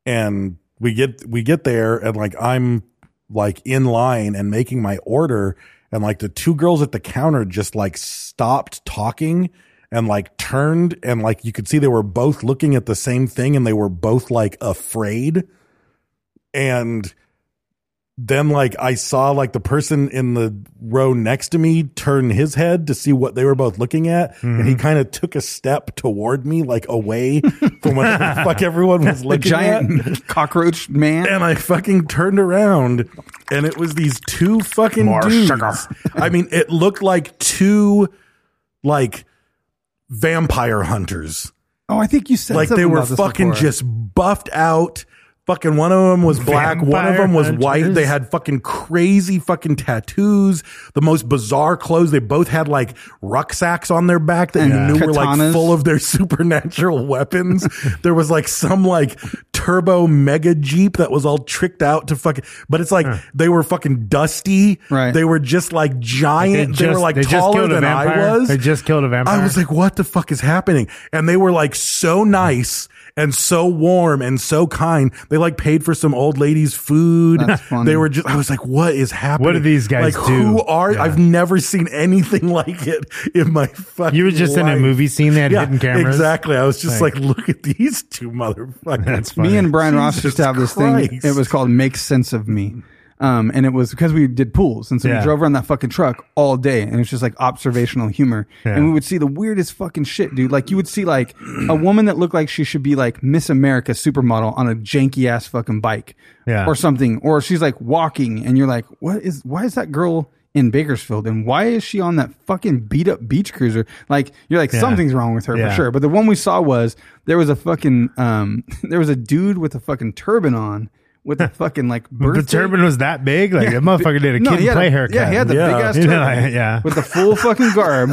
and we get we get there, and like I'm like in line and making my order, and like the two girls at the counter just like stopped talking and like turned and like you could see they were both looking at the same thing and they were both like afraid and then like I saw like the person in the row next to me turn his head to see what they were both looking at, and he
Mm-hmm.
kind of took a step toward me, like away from what the fuck everyone was
The
looking at.
giant cockroach man.
And I fucking turned around, and it was these two fucking
More
dudes.
sugar.
I mean, it looked like two like vampire hunters
Oh, I think you said
like they
something
were
about this
fucking
before.
just buffed out. Fucking one of them was black, one of
Vampire
them was
hunters.
white. They had fucking crazy fucking tattoos, the most bizarre clothes. They both had like rucksacks on their back that
And
you knew were like
katanas.
full of their supernatural weapons. there was like some like turbo mega jeep that was all tricked out to fucking, but it's like they were fucking dusty.
Right.
They were just like
They
giant. They,
just-
were like
they just
taller
killed a
than I
vampire?
was.
They just killed a vampire?
I was like, what the fuck is happening? And they were like so nice and so warm and so kind. They like paid for some old lady's food.
That's funny.
They were just, I was like, what is happening?
What do these guys
like,
do?
Who are,
Yeah.
I've never seen anything like it in my fucking
You were just in a
life.
movie scene. They had hidden cameras.
Exactly. I was just
Like-
like, look at these two motherfuckers.
That's funny.
me and Brian Ross
Jesus
used to have this
Christ.
thing. It was called "Make Sense of Me," um, and it was because we did pools, and so
Yeah.
we drove around that fucking truck all day, and it's just like observational humor,
Yeah.
and we would see the weirdest fucking shit, dude. Like you would see like a woman that looked like she should be like Miss America supermodel on a janky ass fucking bike,
Yeah.
or something, or she's like walking, and you're like, what is? Why is that girl? In Bakersfield, and why is she on that fucking beat up beach cruiser? Like you're like
Yeah.
something's wrong with her for
Yeah.
sure. But the one we saw was there was a fucking um there was a dude with a fucking turban on with a fucking like birthday.
the turban was that big. Like that motherfucker did a
No,
kid
he had
play
a-
haircut.
Yeah, he had the
Yeah.
big ass
You
turban
know, like, yeah.
with the full fucking garb.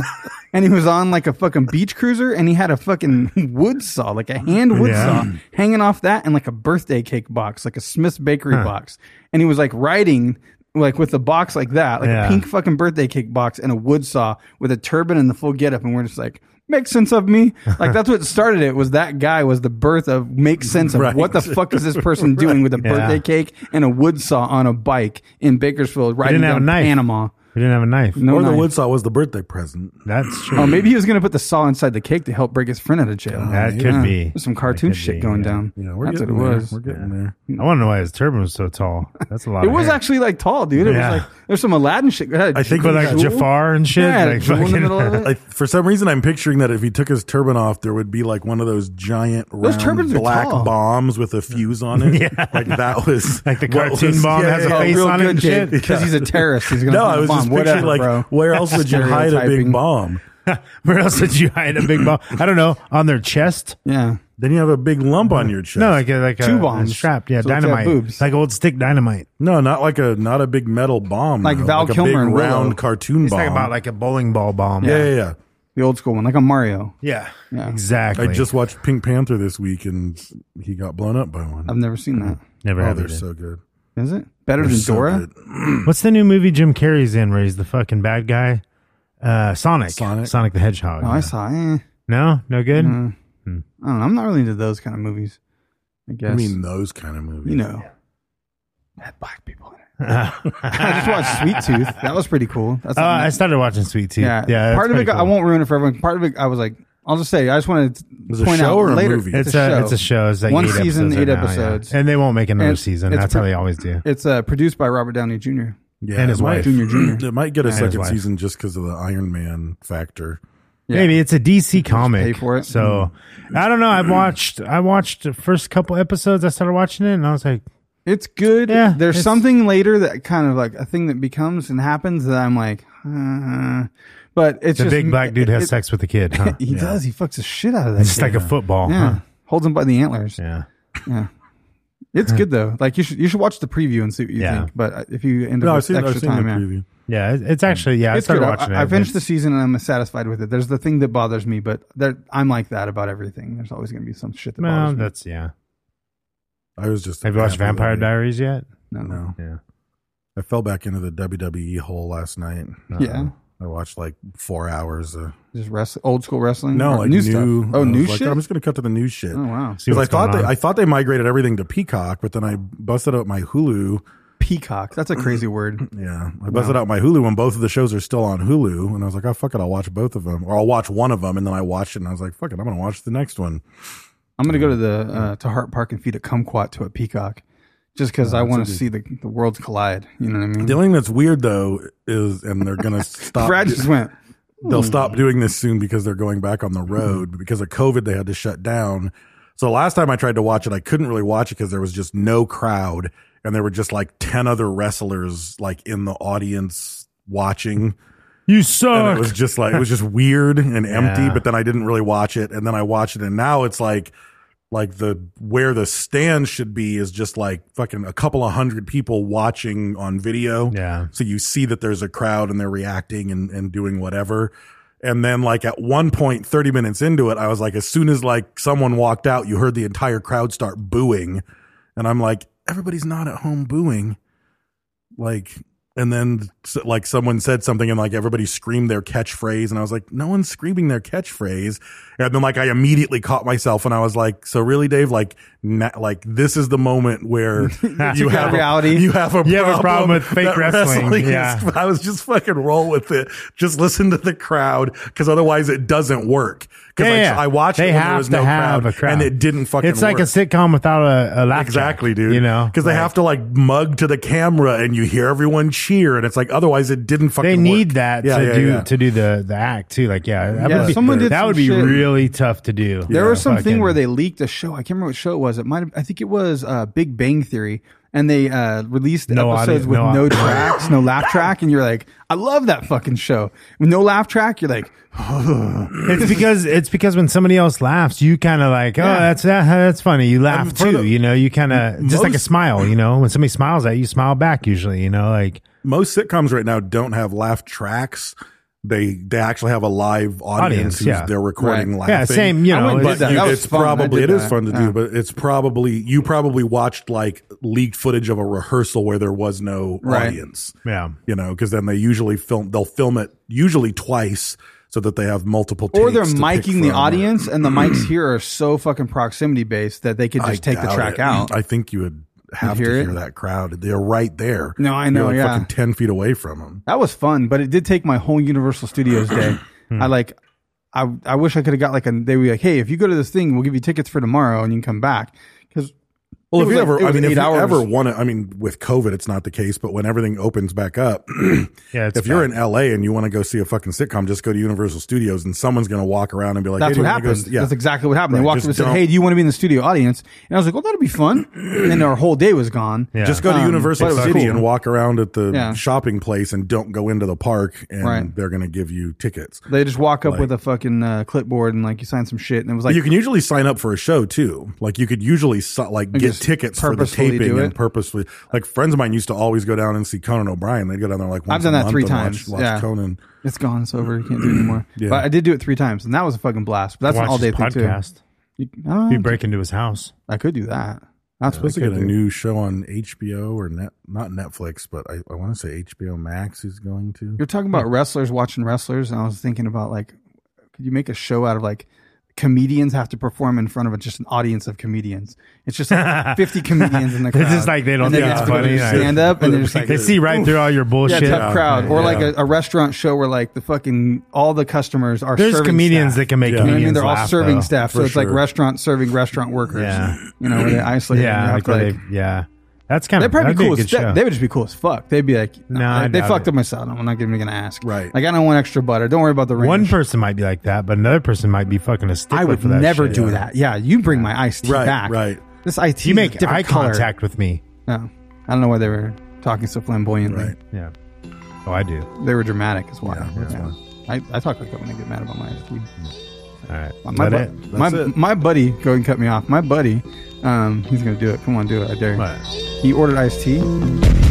And he was on like a fucking beach cruiser and he had a fucking wood saw, like a hand wood
Yeah.
saw hanging off that and like a birthday cake box, like a Smith's bakery box. And he was like riding like with the box like that, like
Yeah.
a pink fucking birthday cake box and a wood saw with a turban and the full getup. And we're just like, make sense of me. Like that's what started it was that guy was the birth of make sense of
Right.
what the fuck is this person doing with a
Yeah.
birthday cake and a wood saw on a bike in Bakersfield riding
didn't have
down
a knife.
Panama.
He didn't have a knife.
No
or the
knife.
wood saw was the birthday present.
That's true.
Oh, maybe he was going to put the saw inside the cake to help break his friend out of jail.
That could be.
There's some cartoon
That could
shit
be,
going
yeah.
down.
Yeah, we're
That's what it
getting there.
was.
We're getting there.
I want to know why his turban was so tall. That's a lot.
It
of
was
hair.
actually like tall, dude. It
Yeah.
was like there's some Aladdin shit.
I think
But like
Jewel?
Jafar and shit.
Yeah,
like
Jewel in the
fucking-
middle of it.
I, for some reason, I'm picturing that if he took his turban off, there would be like one of those giant round
turbans are
black
tall.
bombs with a fuse on it. yeah. Like that was
Like the
what
cartoon bomb has a
Oh,
face
real
on it
good,
and shit.
because he's a terrorist. He's gonna
No,
plant
I
a
was
bomb.
just picturing
Whatever,
like
bro.
where else would you hide a big
Stereotyping.
bomb?
Where else did you hide a big bomb? I don't know. On their chest.
Yeah,
Then you have a big lump on your chest.
No, like a, like a-
Two
a
bombs.
strapped. Yeah,
So it's got
dynamite.
boobs.
Like old stick dynamite.
no, not like a not a big metal bomb.
Like
though.
Val
a
Kilmer
big
and Willow.
round cartoon
He's
bomb.
talking about like a bowling ball bomb.
yeah, yeah, yeah.
the old school one, like a Mario.
Yeah.
Yeah.
Exactly.
I just watched Pink Panther this week and he got blown up by one.
I've never seen that.
never
oh,
had
they're
it.
so good.
Is it better
They're
than
so
Dora?
good.
What's the new movie Jim Carrey's in where he's the fucking bad guy? Uh, Sonic.
Sonic.
the Hedgehog.
Oh,
Yeah.
I Mm. saw. Eh,
No, no good.
I don't know. I'm not really into those kind of movies. I guess.
I mean, those kind of movies.
you know, had black people in it. I just watched Sweet Tooth. That was pretty cool. That's
Oh,
a-
I started watching Sweet Tooth.
yeah,
Yeah, that's
Part of it,
pretty
got I
cool.
won't ruin it for everyone. Part of it, I was like, I'll just say, I just wanted to
was a
point
show
out
or a
later.
movie?
It's, a, it's a show. It's like
One
eight
season,
episodes
eight
right now, yeah.
episodes.
and they w't make another
And
season.
it's
That's
pre-
how they always do.
It's uh, produced by Robert Downey Jr.
Yeah,
And his
it might-
wife.
Junior, junior.
It might get a
his
second
wife.
season just because of the Iron Man factor.
Yeah.
Maybe it's a DC comic.
pay for it. Mm-hmm.
So I don't know. I watched. I watched the first couple episodes. I started watching it, and I was like,
It's good.
Yeah,
There's
it's-
something later that kind of like a thing that becomes and happens that I'm like, uh, but it's
"The
just
big black dude has
it-
sex with the kid." Huh?
He does. He fucks the shit out of that.
It's
kid.
like a football.
yeah.
Huh?
Holds him by the antlers.
Yeah.
Yeah. It's good though. Like you should you should watch the preview and see what you
Yeah.
think. But if you end up
No, I've
with
seen, I've
extra
seen
time,
the
yeah.
preview.
Yeah, it- it's actually yeah.
it's
I
good.
started watching
I,
it.
I finished the
It's-
season and I'm satisfied with it. There's the thing that bothers me, but there, I'm like that about everything. There's always going to be some shit that
Well,
bothers
that's yeah.
I was just.
Have you watched
happy that
Vampire
they-
Diaries yet?
me. No,
No,
Yeah.
I fell back into the WWE hole last night.
Yeah.
I watched like four hours. Of,
just wrest, old school wrestling.
no,
Or
like
Mm, new
new.
stuff.
I
Oh,
was
new
like,
shit.
I'm just gonna cut to the new shit.
oh wow,
See
Because I
what's
thought
going
they,
on.
I thought they migrated everything to Peacock, but then I busted out my Hulu.
peacock. That's a crazy word.
Yeah, I busted out my Hulu when both of the shows are still on Hulu, and I was like, "Oh fuck it, I'll watch both of them, or I'll watch one of them." And then I watched it, and I was like, "Fuck it, I'm gonna watch the next one."
I'm gonna go to the uh, to Hart Park and feed a kumquat to a peacock, just because I want to see the the worlds collide. You know what I mean?
The only thing that's weird though is, and they're gonna stop.
Brad just went.
they'll stop doing this soon because they're going back on the road. But because of COVID, they had to shut down. So last time I tried to watch it, I couldn't really watch it because there was just no crowd, and there were just like ten other wrestlers like in the audience watching.
You
and
suck.
it was just like it was just weird and empty
Yeah.
but then i didn't really watch it and then i watched it and now it's like like the where the stand should be is just like fucking a couple of hundred people watching on video
Yeah.
so you see that there's a crowd and they're reacting and, and doing whatever and then like at one point 30 minutes into it i was like as soon as like someone walked out you heard the entire crowd start booing and i'm like everybody's not at home booing like and then s- like someone said something and like everybody screamed their catchphrase and i was like no one's screaming their catchphrase and then like i immediately caught myself and i was like so really dave like na- like this is the moment where you have a-
reality.
you have a
You have a problem with fake
that
wrestling,
is-
yeah.
I was just fucking roll with it. Just listen to the crowd because otherwise it doesn't work. Because
Yeah, yeah.
I, I watched
They
it when
have
there was
to
no
have
crowd,
a crowd.
and it didn't fucking.
It's like
work.
a sitcom without a, a laugh track,
Exactly, dude.
You know,
because they
Like,
have to like mug to the camera, and you hear everyone cheer, and it's like otherwise it didn't fucking.
They need
work.
that
Yeah,
to
yeah,
do
yeah.
to do the the act too. Like yeah, that
Yeah,
would be,
someone did
that
some
would be
shit.
really tough to do.
There was something
Fucking-
where they leaked a show. I can't remember what show it was. It might have, I think it was uh, Big Bang Theory, and they uh, released
No
episodes
audio-
with
no
no,
au-
tracks, no laugh track, and you're like, I love that fucking show. With no laugh track, you're like,
it's because it's because when somebody else laughs, you kind of like oh
Yeah.
that's that, that's funny. You laugh
for
too.
the-
you know, you kind of just like a
most-
smile. You know, when somebody smiles at you, you smile back. Usually, you know, like
Most sitcoms right now don't have laugh tracks. They they actually have a live audience,
Audience,
who's
yeah.
they're recording
Right.
laughing.
yeah, same. You
I
know,
wouldn't
it's-
do
but
that.
you-
was
it's
fun. I
probably
did
it is
that.
fun to
Yeah.
do, but it's probably you probably watched like leaked footage of a rehearsal where there was no
Right.
audience.
yeah.
You know, because then they usually film they'll film it usually twice so that they have multiple.
or they're
takes to pick
miking the
from.
audience, and the mics here are so fucking proximity based that they could
I
just take the
doubt
track
it.
out.
I think you would have
You'd
to
hear
hear
it?
that crowd. They're right there.
No, I
You're,
know,
like
yeah.
fucking ten feet away from them.
That was fun, but it did take my whole Universal Studios day. I like, I I wish I could have got like a. They were like, hey, if you go to this thing, we'll give you tickets for tomorrow, and you can come back. Because
Well,
It
if
was
you
like-
ever,
it
I
was
mean, if
eight
you
hours.
ever want to, I mean, with COVID, it's not the case, but when everything opens back up,
Yeah, it's
if you're
bad.
in LA and you want to go see a fucking sitcom, just go to Universal Studios and someone's going to walk around and be like,
That's
hey, do
what
you wanna go
happened.
s- yeah.
That's exactly what happened.
Right,
They walked
just
up and said,
don't-
"Hey, do you want to be in the studio audience?" And I was like, "Well, that'd be fun." And then our whole day was gone.
Yeah.
Just go to
Um,
Universal
but it was
City
cool.
and walk around at the
Yeah.
shopping place and don't go into the park and
Right.
they're going to give you tickets.
They just walk up
Like-
with a fucking uh, clipboard and like you sign some shit, and it was like
you can usually sign up for a show too. Like you could usually si- like get
just
tickets for the
purposefully
taping
do
and
it.
purposely. Like friends of mine used to always go down and see Conan O'Brien. They'd go down there like once
I've done
a
that
month
three
and
times.
Watch, watch
Yeah.
Conan.
it's gone, it's over, you can't do it anymore.
Yeah.
But I did do it three times, and that was a fucking blast. But that's an
Watch
all day
his
thing
podcast.
too. You- uh,
You break into his house.
I could do that. That's
supposed
what I
to
could
get a
do.
new show on HBO or net, not Netflix, but I, I want to say HBO Max is going to.
You're talking about wrestlers watching wrestlers, and I was thinking about like, could you make a show out of like comedians have to perform in front of a, just an audience of comedians? It's just like 50 comedians in the crowd.
It's just like they don't
and
think
then
it's
people
funny.
do
like-
Stand up, and they're just like
they see right through all your
Yeah,
bullshit.
tough crowd, or like
Yeah.
a, a restaurant show where like the fucking all the customers are.
There's
serving
comedians
staff.
that can make
You know what I mean?
comedians
They're all
laugh,
serving
though,
staff, so
for
it's like
sure.
restaurant serving restaurant workers.
Yeah.
You know, where they isolate. them, you
yeah,
have
like,
to,
where
like-
they, yeah. That's kind
They'd
of
probably
that'd
be
be
cool
a
as
good show.
they, they would just be cool as fuck. They'd be like,
No,
nah,
I
they
doubt
fucked
it.
up my salad. I'm not even gonna ask.
Right.
Like I don't want extra butter. Don't worry about the range.
One person might be like that, but another person might be fucking a stickler
I would
for that
never
shit.
do that. Yeah, you bring my iced tea
Right,
back.
right.
This iced tea
You
is a
make
different
eye
color.
contact with me.
No, I don't know why they were talking so flamboyantly.
Right.
Yeah. Oh, I do.
They were dramatic as well.
Yeah, that's
I, I talk like that when I get mad about my iced tea.
All right.
My,
Is
bu-
that it?
my,
That's it.
my buddy, go ahead and cut me off. My buddy, um, he's gonna do it. Come on, do it. I dare you.
What?
He ordered iced tea.